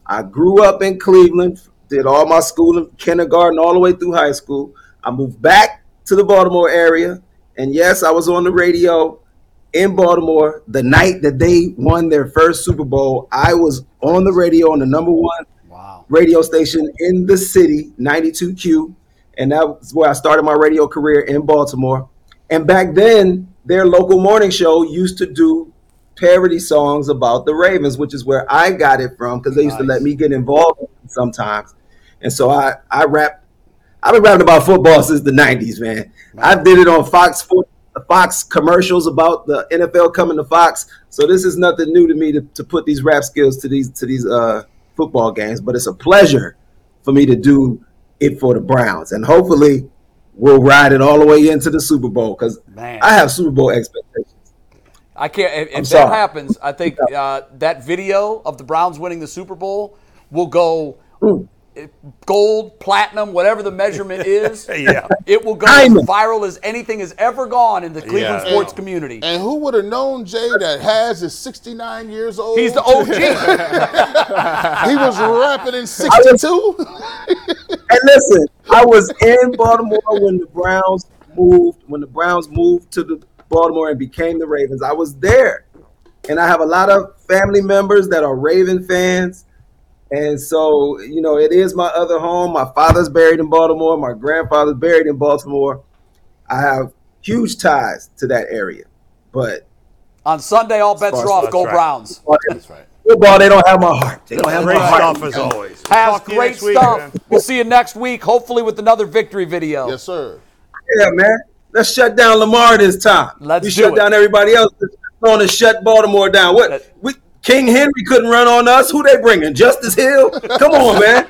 I grew up in Cleveland, did all my schooling, kindergarten, all the way through high school. I moved back to the Baltimore area, and yes, I was on the radio in Baltimore the night that they won their first Super Bowl. I was on the radio on the number one radio station in the city, 92Q, and that was where I started my radio career in Baltimore. And back then, their local morning show used to do parody songs about the Ravens, which is where I got it from because they used to let me get involved sometimes. And so I I rap. I've been rapping about football since the '90s, man. I did it on Fox Four- Fox commercials about the NFL coming to Fox. So this is nothing new to me to, to put these rap skills to these to these uh, football games. But it's a pleasure for me to do it for the Browns, and hopefully we'll ride it all the way into the Super Bowl because
Man.
I have Super Bowl expectations.
I can't. If, if that
sorry.
happens, I think uh, that video of the Browns winning the Super Bowl will go
Mm.
eh, gold, platinum, whatever the measurement is.
Yeah.
It will go
I
as
know.
viral as anything has ever gone in the Cleveland
Yeah.
sports community.
And who would have known Jay that Has is 69 years old?
He's the OG.
He was rapping in '62.
And listen, I was in Baltimore when the Browns moved when the Browns moved to the Baltimore and became the Ravens. I was there. And I have a lot of family members that are Raven fans. And so, you know, it is my other home. My father's buried in Baltimore. My grandfather's buried in Baltimore. I have huge ties to that area. But
On Sunday, all bets are off. Go Browns.
That's right.
football, they don't have my heart. They don't have
Great
my heart.
stuff as always.
Has
Talk to you
great
next week,
stuff.
man.
we'll see you next week, hopefully with another victory video.
Yes, sir.
Yeah, man. Let's shut down Lamar this time.
Let's
we
do
shut
it.
down everybody else. We're going to shut Baltimore down. What? we, King Henry couldn't run on us. Who they bringing? Justice Hill? Come on, man.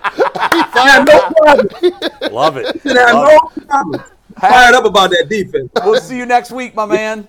Yeah, no problem.
Love it.
They had
Love
no
it.
problem. Fired up about that defense.
We'll see you next week, my man.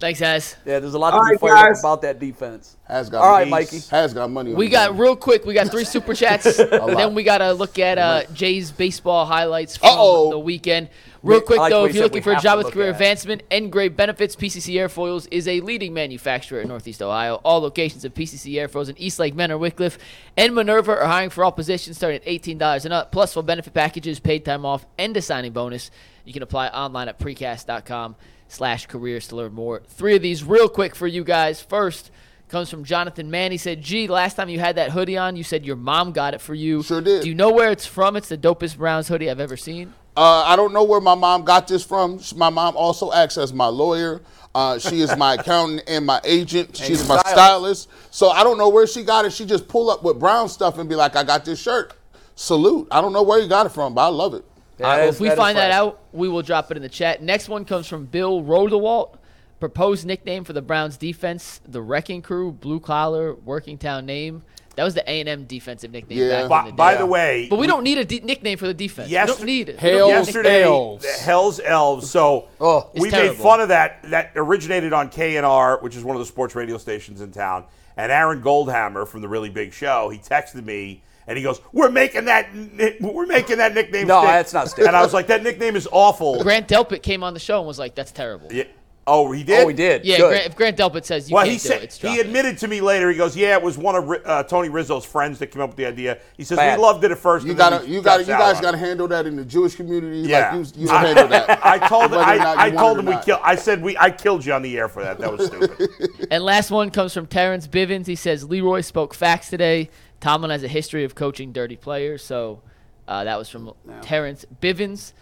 Thanks, guys.
Yeah, there's a lot to
All
be
right,
fired up
guys.
about that defense.
Has got
All right,
money.
Mikey.
Has got money. on
We
the
got
game.
real quick. We got three super chats. and then we gotta look at uh, Jay's baseball highlights from
Uh-oh.
the weekend. Real
We-
quick
I like the
though,
way
if
he
you're
said
looking
we
for a
have
job
to
with
look
career
at.
advancement and great benefits, PCC Airfoils is a leading manufacturer in Northeast Ohio. All locations of PCC Airfoils in Eastlake, Menor, Wycliffe, and Minerva are hiring for all positions starting at eighteen dollars and up, plus full benefit packages, paid time off, and a signing bonus. You can apply online at precast.com slash careers to learn more. Three of these real quick for you guys. First comes from Jonathan Mann. He said, Gee, last time you had that hoodie on, you said your mom got it for you.
Sure did.
Do you know where it's from? It's the dopest Browns hoodie I've ever seen.
Uh, I don't know where my mom got this from. She- My mom also acts as my lawyer. Uh, she is my accountant and my agent. She's my stylist. So I don't know where she got it. She just pull up with brown stuff and be like, "I got this shirt." Salute. I don't know where you got it from, but I love it.
All right, well,
is-
if we
that is
find that
right.
out, we will drop it in the chat. Next one comes from Bill Rodewalt. Proposed nickname for the Browns defense, the Wrecking Crew, blue collar, working town name. That was the A&M defensive nickname
Yeah.
back in
By,
the day.
by the way,
but we don't need a d- nickname for the defense.
Yes-
we don't need it.
Hell's
yesterday,
Elves.
the Hell's Elves. So
It's
we made
terrible.
fun of that. That originated on KNR, which is one of the sports radio stations in town. And Aaron Goldhammer from the Really Big Show, he texted me and he goes, "We're making that. ni- We're making that nickname."
No,
stick."
that's not sticking.
And I was like, "That nickname is awful."
Grant Delpit came on the show and was like, "That's terrible."
Yeah. Oh, he did.
Oh, we did.
Yeah,
Good.
Grant, if Grant Delpit says you
Well,
can't
he
do
said
it, it's
he
dropped.
admitted to me later. He goes, "Yeah, it was one of Ri- uh, Tony Rizzo's friends that came up with the idea." He says,
Bad.
"We loved it at first.
You
and then
gotta,
we
you gotta, you
got
guys
sour on
gotta
it."
handle that in the Jewish community.
Yeah.
Like you, you handle that.
I told him.
Whether or not you
I, I
want
told
it or
him we
not.
killed. I said we. I killed you on the air for that. That was stupid.
And last one comes from Terrence Bivens. He says Leroy spoke facts today. Tomlin has a history of coaching dirty players, so uh, that was from Terrence Bivens.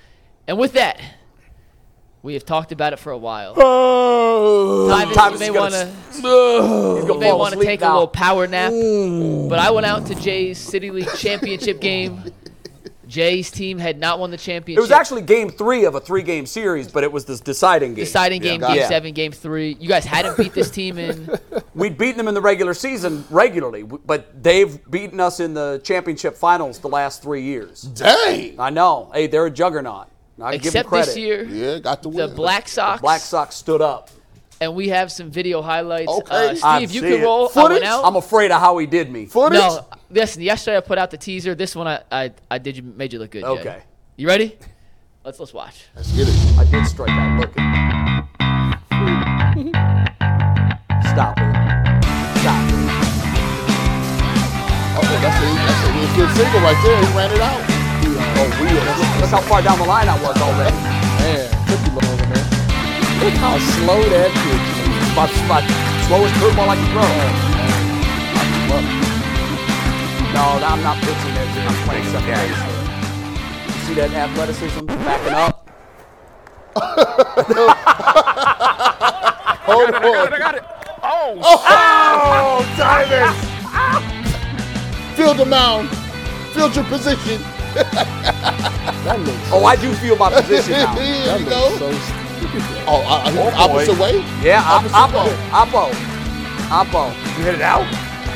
And with that, we have talked about it for a while. Tyvus,
Tyvus
you may
is Oh. gonna
want to
s- He's gonna
you may
fall
want to
asleep
take a
now. Mm.
little power nap. But I went out to Jay's City League championship game. Jay's team had not won the championship.
It was actually game three of a three game series, but it was this deciding game.
deciding game,
got
game
it.
seven, game three. You guys hadn't beat this team in
We'd beaten them in the regular season regularly, w- but they've beaten us in the championship finals the last three years.
Dang.
I know. Hey, they're a juggernaut. I give them
except
credit.
this year.
Yeah, got the
The
win.
Black Sox.
Black Sox stood up.
and we have some video highlights.
Okay.
Uh, Steve,
I've
you
seen
can
it.
roll. I
Footage?
went out.
I'm afraid of how he did me.
Footage.
no, listen. Yesterday I put out the teaser. This one I I, I did you made you look good. Jay.
Okay.
You ready? Let's let's watch.
Let's get it.
I did strike out looking. Stop it. Stop it.
Oh, that's a, that's a real good single right there. He ran it out.
Oh, weird. Look how far down the line I was already.
Man, cookie longer, man. Look how slow that pitch is.
My, my slowest curveball I can throw. No, no, I'm not pitching it. dude. I'm playing second base. You see that athleticism backing up?
Hold on.
oh, Tyvus!
Field the mound. Field your position.
That looks,
Oh, I do feel my position now.
There
that
you
looks
go.
so stupid.
Oh, I, I,
Oh, boy.
opposite way?
Yeah, I-
Opposite
Oppo.
ball.
Oppo. Oppo.
You hit it out.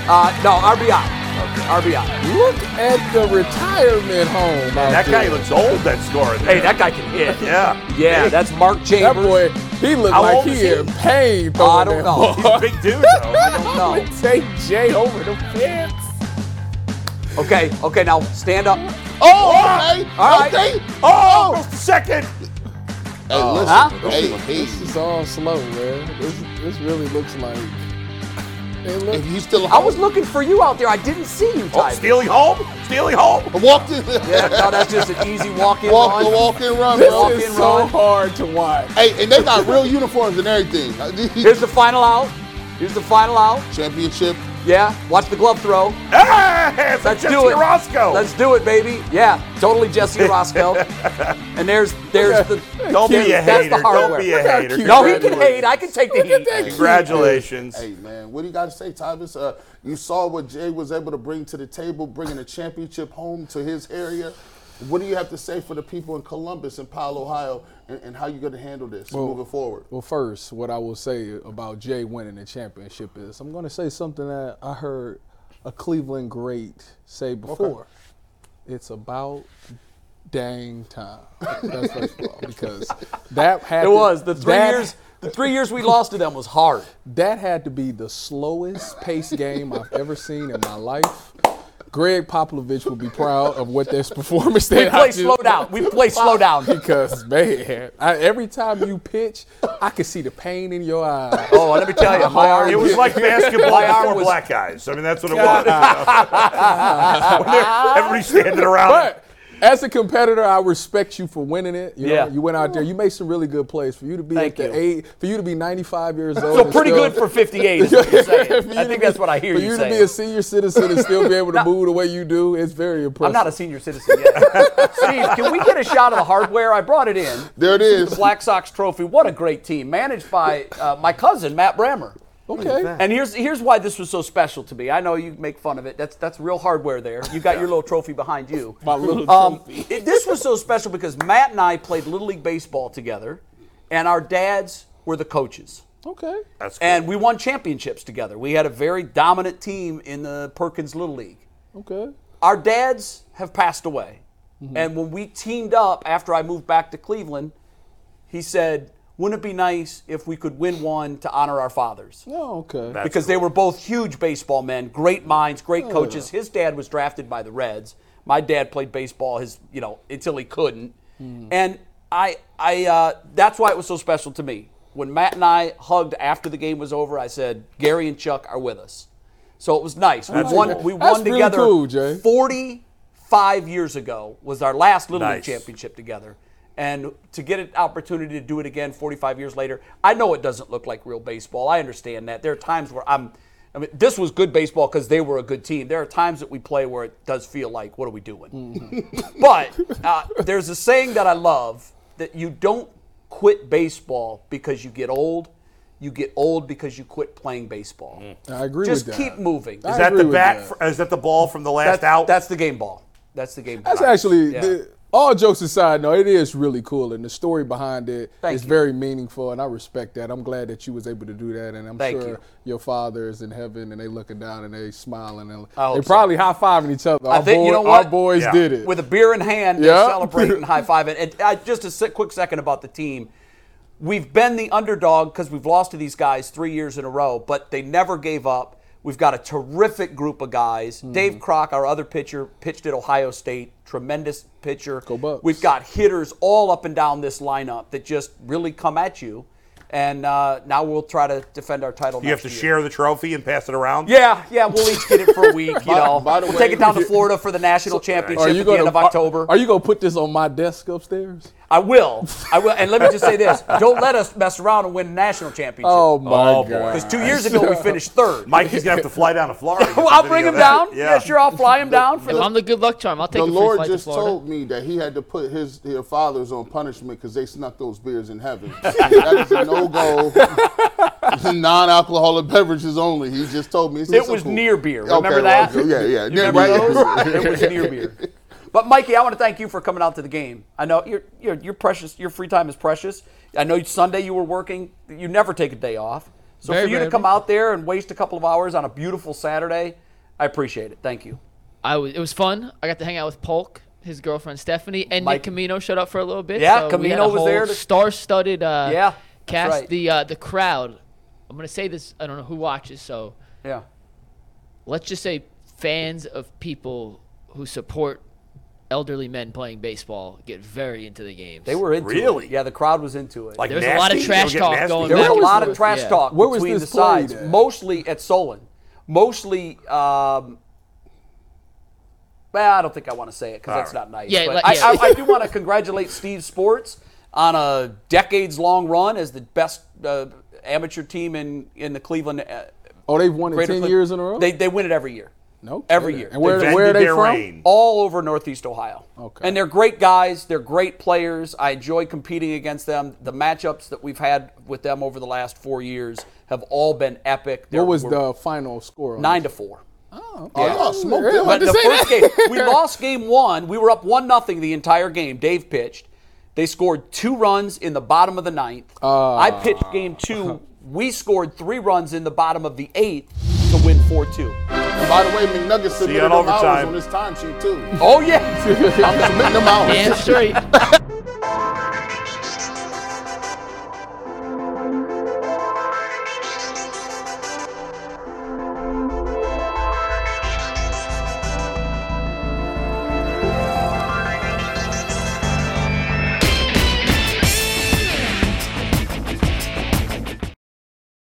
Uh, no, RBI. RBI.
Look at the retirement home. out
That guy
there.
looks old. That scorer.
Hey,
There.
that guy can hit.
yeah.
Yeah, that's Mark
That
Chambers.
boy, he looked
How
like
old
he
is he?
in pain.
Oh, I
throwing
don't
that ball.
know.
He's a big dude though. I don't-
know.
I would take Jay over the fence.
Okay, okay, now stand up.
Oh, okay.
All right.
Okay.
Oh, goes to second.
Hey, listen.
Huh?
Hey,
This
hey.
is all slow, man. This, this really looks like. Hey, look.
If you still
I was looking for you out there. I didn't see you,
Oh,
Tyler.
stealing home. Stealing home.
walked in.
Yeah, no, that's just an easy walk-in
walk,
run.
walk and run,
This
bro.
Walk
is
and
so
run.
hard to watch.
Hey, and they got real uniforms and everything.
Here's the final out. Here's the final out.
championship
Yeah, watch the glove throw.
Hey, it's a
Let's
Jesse
do it.
Orozco.
Let's do it, baby. Yeah, totally Jesse Roscoe. and there's there's the
Don't be a
that's
hater.
the hard
Don't
work.
be a hater.
No, he can
Congratulations.
hate. I can take the heat.
Congratulations.
Hey man, what do you got to say, Tyvis? Uh, you saw what Jay was able to bring to the table, bringing a championship home to his area. What do you have to say for the people in Columbus and Powell, Ohio, and, and how you going to handle this moving forward?
Well, first, what I will say about Jay winning the championship is I'm going to say something that I heard a Cleveland great say before. It's about dang time. That's first of all, because that had
It
to-
was the three
that-
years. The three years we lost to them was hard.
That had to be the slowest pace game I've ever seen in my life. Greg Popovich will be proud of what this performance
We
that I
play
just-
slow down. We play slow down.
because man, I, every time you pitch, I can see the pain in your eyes.
Oh, let me tell you, my arm.
It was like basketball
My arm
before
was-
black guys. I mean, that's what it was. When they're- Everybody's standing around.
But as a competitor, I respect you for winning it. You know,
Yeah.
you went out there, you made some really good plays. For you to be
Thank
at the
you.
eight, for you to be 95 years old.
so
and
pretty
still-
good for 58. Is what you're saying.
For you
I
to
think
be-
that's what I hear
for
you
you to
saying.
be a senior citizen and still be able to move the way you do, it's very impressive.
I'm not a senior citizen yet. Steve, can we get a shot of the hardware? I brought it in.
There it is.
The Black Sox Trophy. What a great team, managed by uh, my cousin Matt Brammer.
okay.
And here's here's why this was so special to me. I know you make fun of it. That's that's real hardware there. You got your little trophy behind you.
My little
Um, it- this was so special because Matt and I played Little League Baseball together, and our dads were the coaches.
okay.
That's cool.
And we won championships together. We had a very dominant team in the Perkins Little League.
Okay.
Our dads have passed away.
Mm-hmm.
And when we teamed up after I moved back to Cleveland, he said, Wouldn't it be nice if we could win one to honor our fathers?
Oh, okay.
because they were both huge baseball men, great minds,
Oh,
great coaches. His dad was drafted by the Reds. My dad played baseball his you know until he couldn't,
Hmm.
and I I uh, that's why it was so special to me. When Matt and I hugged after the game was over, I said Gary and Chuck are with us, so it was nice. We
That's
won
cool.
we
That's
won
really
together
cool, Jay.
forty five years ago was our last Little League
Nice.
championship together. And to get an opportunity to do it again 45 years later, I know it doesn't look like real baseball. I understand that. There are times where I'm, I mean, this was good baseball because they were a good team. There are times that we play where it does feel like, what are we doing?
Mm-hmm.
but uh, there's a saying that I love that you don't quit baseball because you get old. You get old because you quit playing baseball.
Mm. I agree
Just
with that.
keep moving.
I
is that
agree
the
with
back?
that.
fr- is that the ball from the last
That's,
out?
that's the game ball. That's the game ball.
That's actually
Yeah.
the, all jokes aside. No, it is really cool, and the story behind it is
Thank you.
very meaningful, and I respect that. I'm glad that you was able to do that, and I'm
Thank
sure
you.
your father is in heaven, and they looking down and they smiling, and
I hope
they
so.
probably high fiving each other. Our,
think- you
boy-
know
our
what?
boys
Yeah.
did it.
with a beer in hand,
Yeah.
they're celebrating, high five. And I, just a si- quick second about the team. We've been the underdog because we've lost to these guys three years in a row, but they never gave up. We've got a terrific group of guys. Dave Crock, our other pitcher, pitched at Ohio State. Tremendous pitcher.
Go Bucks.
We've got hitters all up and down this lineup that just really come at you. And uh, now we'll try to defend our title.
you have to share the trophy and pass it around.
Yeah, yeah, we'll each get it for a week. You
By-
know,
by the
we'll
way-
take it down to Florida for the national championship at the
gonna-
end of October.
Are, are you gonna put this on my desk upstairs?
I will. I will. And let me just say this: don't let us mess around and win a national championship.
Oh my
Oh, boy.
god!
Because two years ago we finished third.
Mikey's gonna have to fly down to Florida. to get
well,
the
I'll
video
bring
of
him
that.
down. Yeah. sure, I'll fly him down. For
If
the,
I'm the good luck charm, I'll take
The
a free
Lord
flight
just
to Florida.
told me that He had to put his, their fathers on punishment because they snuck those beers in heaven. that is a no go. Non-alcoholic beverages only. He just told me. He said,
it
"So
was
cool."
near beer.
Okay,
Remember
well,
that?
Yeah, yeah.
You remember those? it was near beer. But Mikey, I want to thank you for coming out to the game. I know your your your precious your free time is precious. I know Sunday you were working. You never take a day off. So
Very
for you to
rarely.
come out there and waste a couple of hours on a beautiful Saturday, I appreciate it. Thank you.
I was, it was fun. I got to hang out with Polk, his girlfriend Stephanie, and
Mike-
Nick Camino showed up for a little bit.
Yeah,
so we had
Camino
a
was
whole
there to-
Star-studded uh,
Yeah, that's
cast.
right.
The uh, the crowd. I'm gonna say this. I don't know who watches, so
Yeah.
let's just say fans of people who support elderly men playing baseball get very into the games.
They were into
Really?
it. Yeah, the crowd was into it.
Like
There was a lot of
nasty?
trash
You'll get
talk
nasty?
going
there
back
was a
and
lot of
forth.
trash
Yeah.
talk
Where was
between the
this played
sides,
at?
mostly at Solon, mostly. Um, well, I don't think I want to say it because that's not nice.
Yeah,
but
like-
I,
yeah.
I, I do want to congratulate Steve Sports on a decades-long run as the best uh, amateur team in in the Cleveland uh,
Oh, they've won it
Greater
ten
Cleveland-
years in a row.
They, they win it every year,
no,
every
kidding.
year.
And where,
They
where are they
vented their
from?
reign.
all over Northeast Ohio.
Okay.
And they're great guys. They're great players. I enjoy competing against them. The matchups that we've had with them over the last four years have all been epic. They're-
What was
we're
the final score? on
nine
this?
to four?
Oh, y'all smoked them.
But
I
the
just say
first
that.
game, we lost game one. We were up one nothing the entire game. Dave pitched. They scored two runs in the bottom of the ninth.
Ah.
I pitched game two. We scored three runs in the bottom of the eighth to win four two.
And by the way, McNuggets submitted
on
them hours
overtime.
on his timesheet too.
Oh yeah,
Submitting them hours.
Damn straight.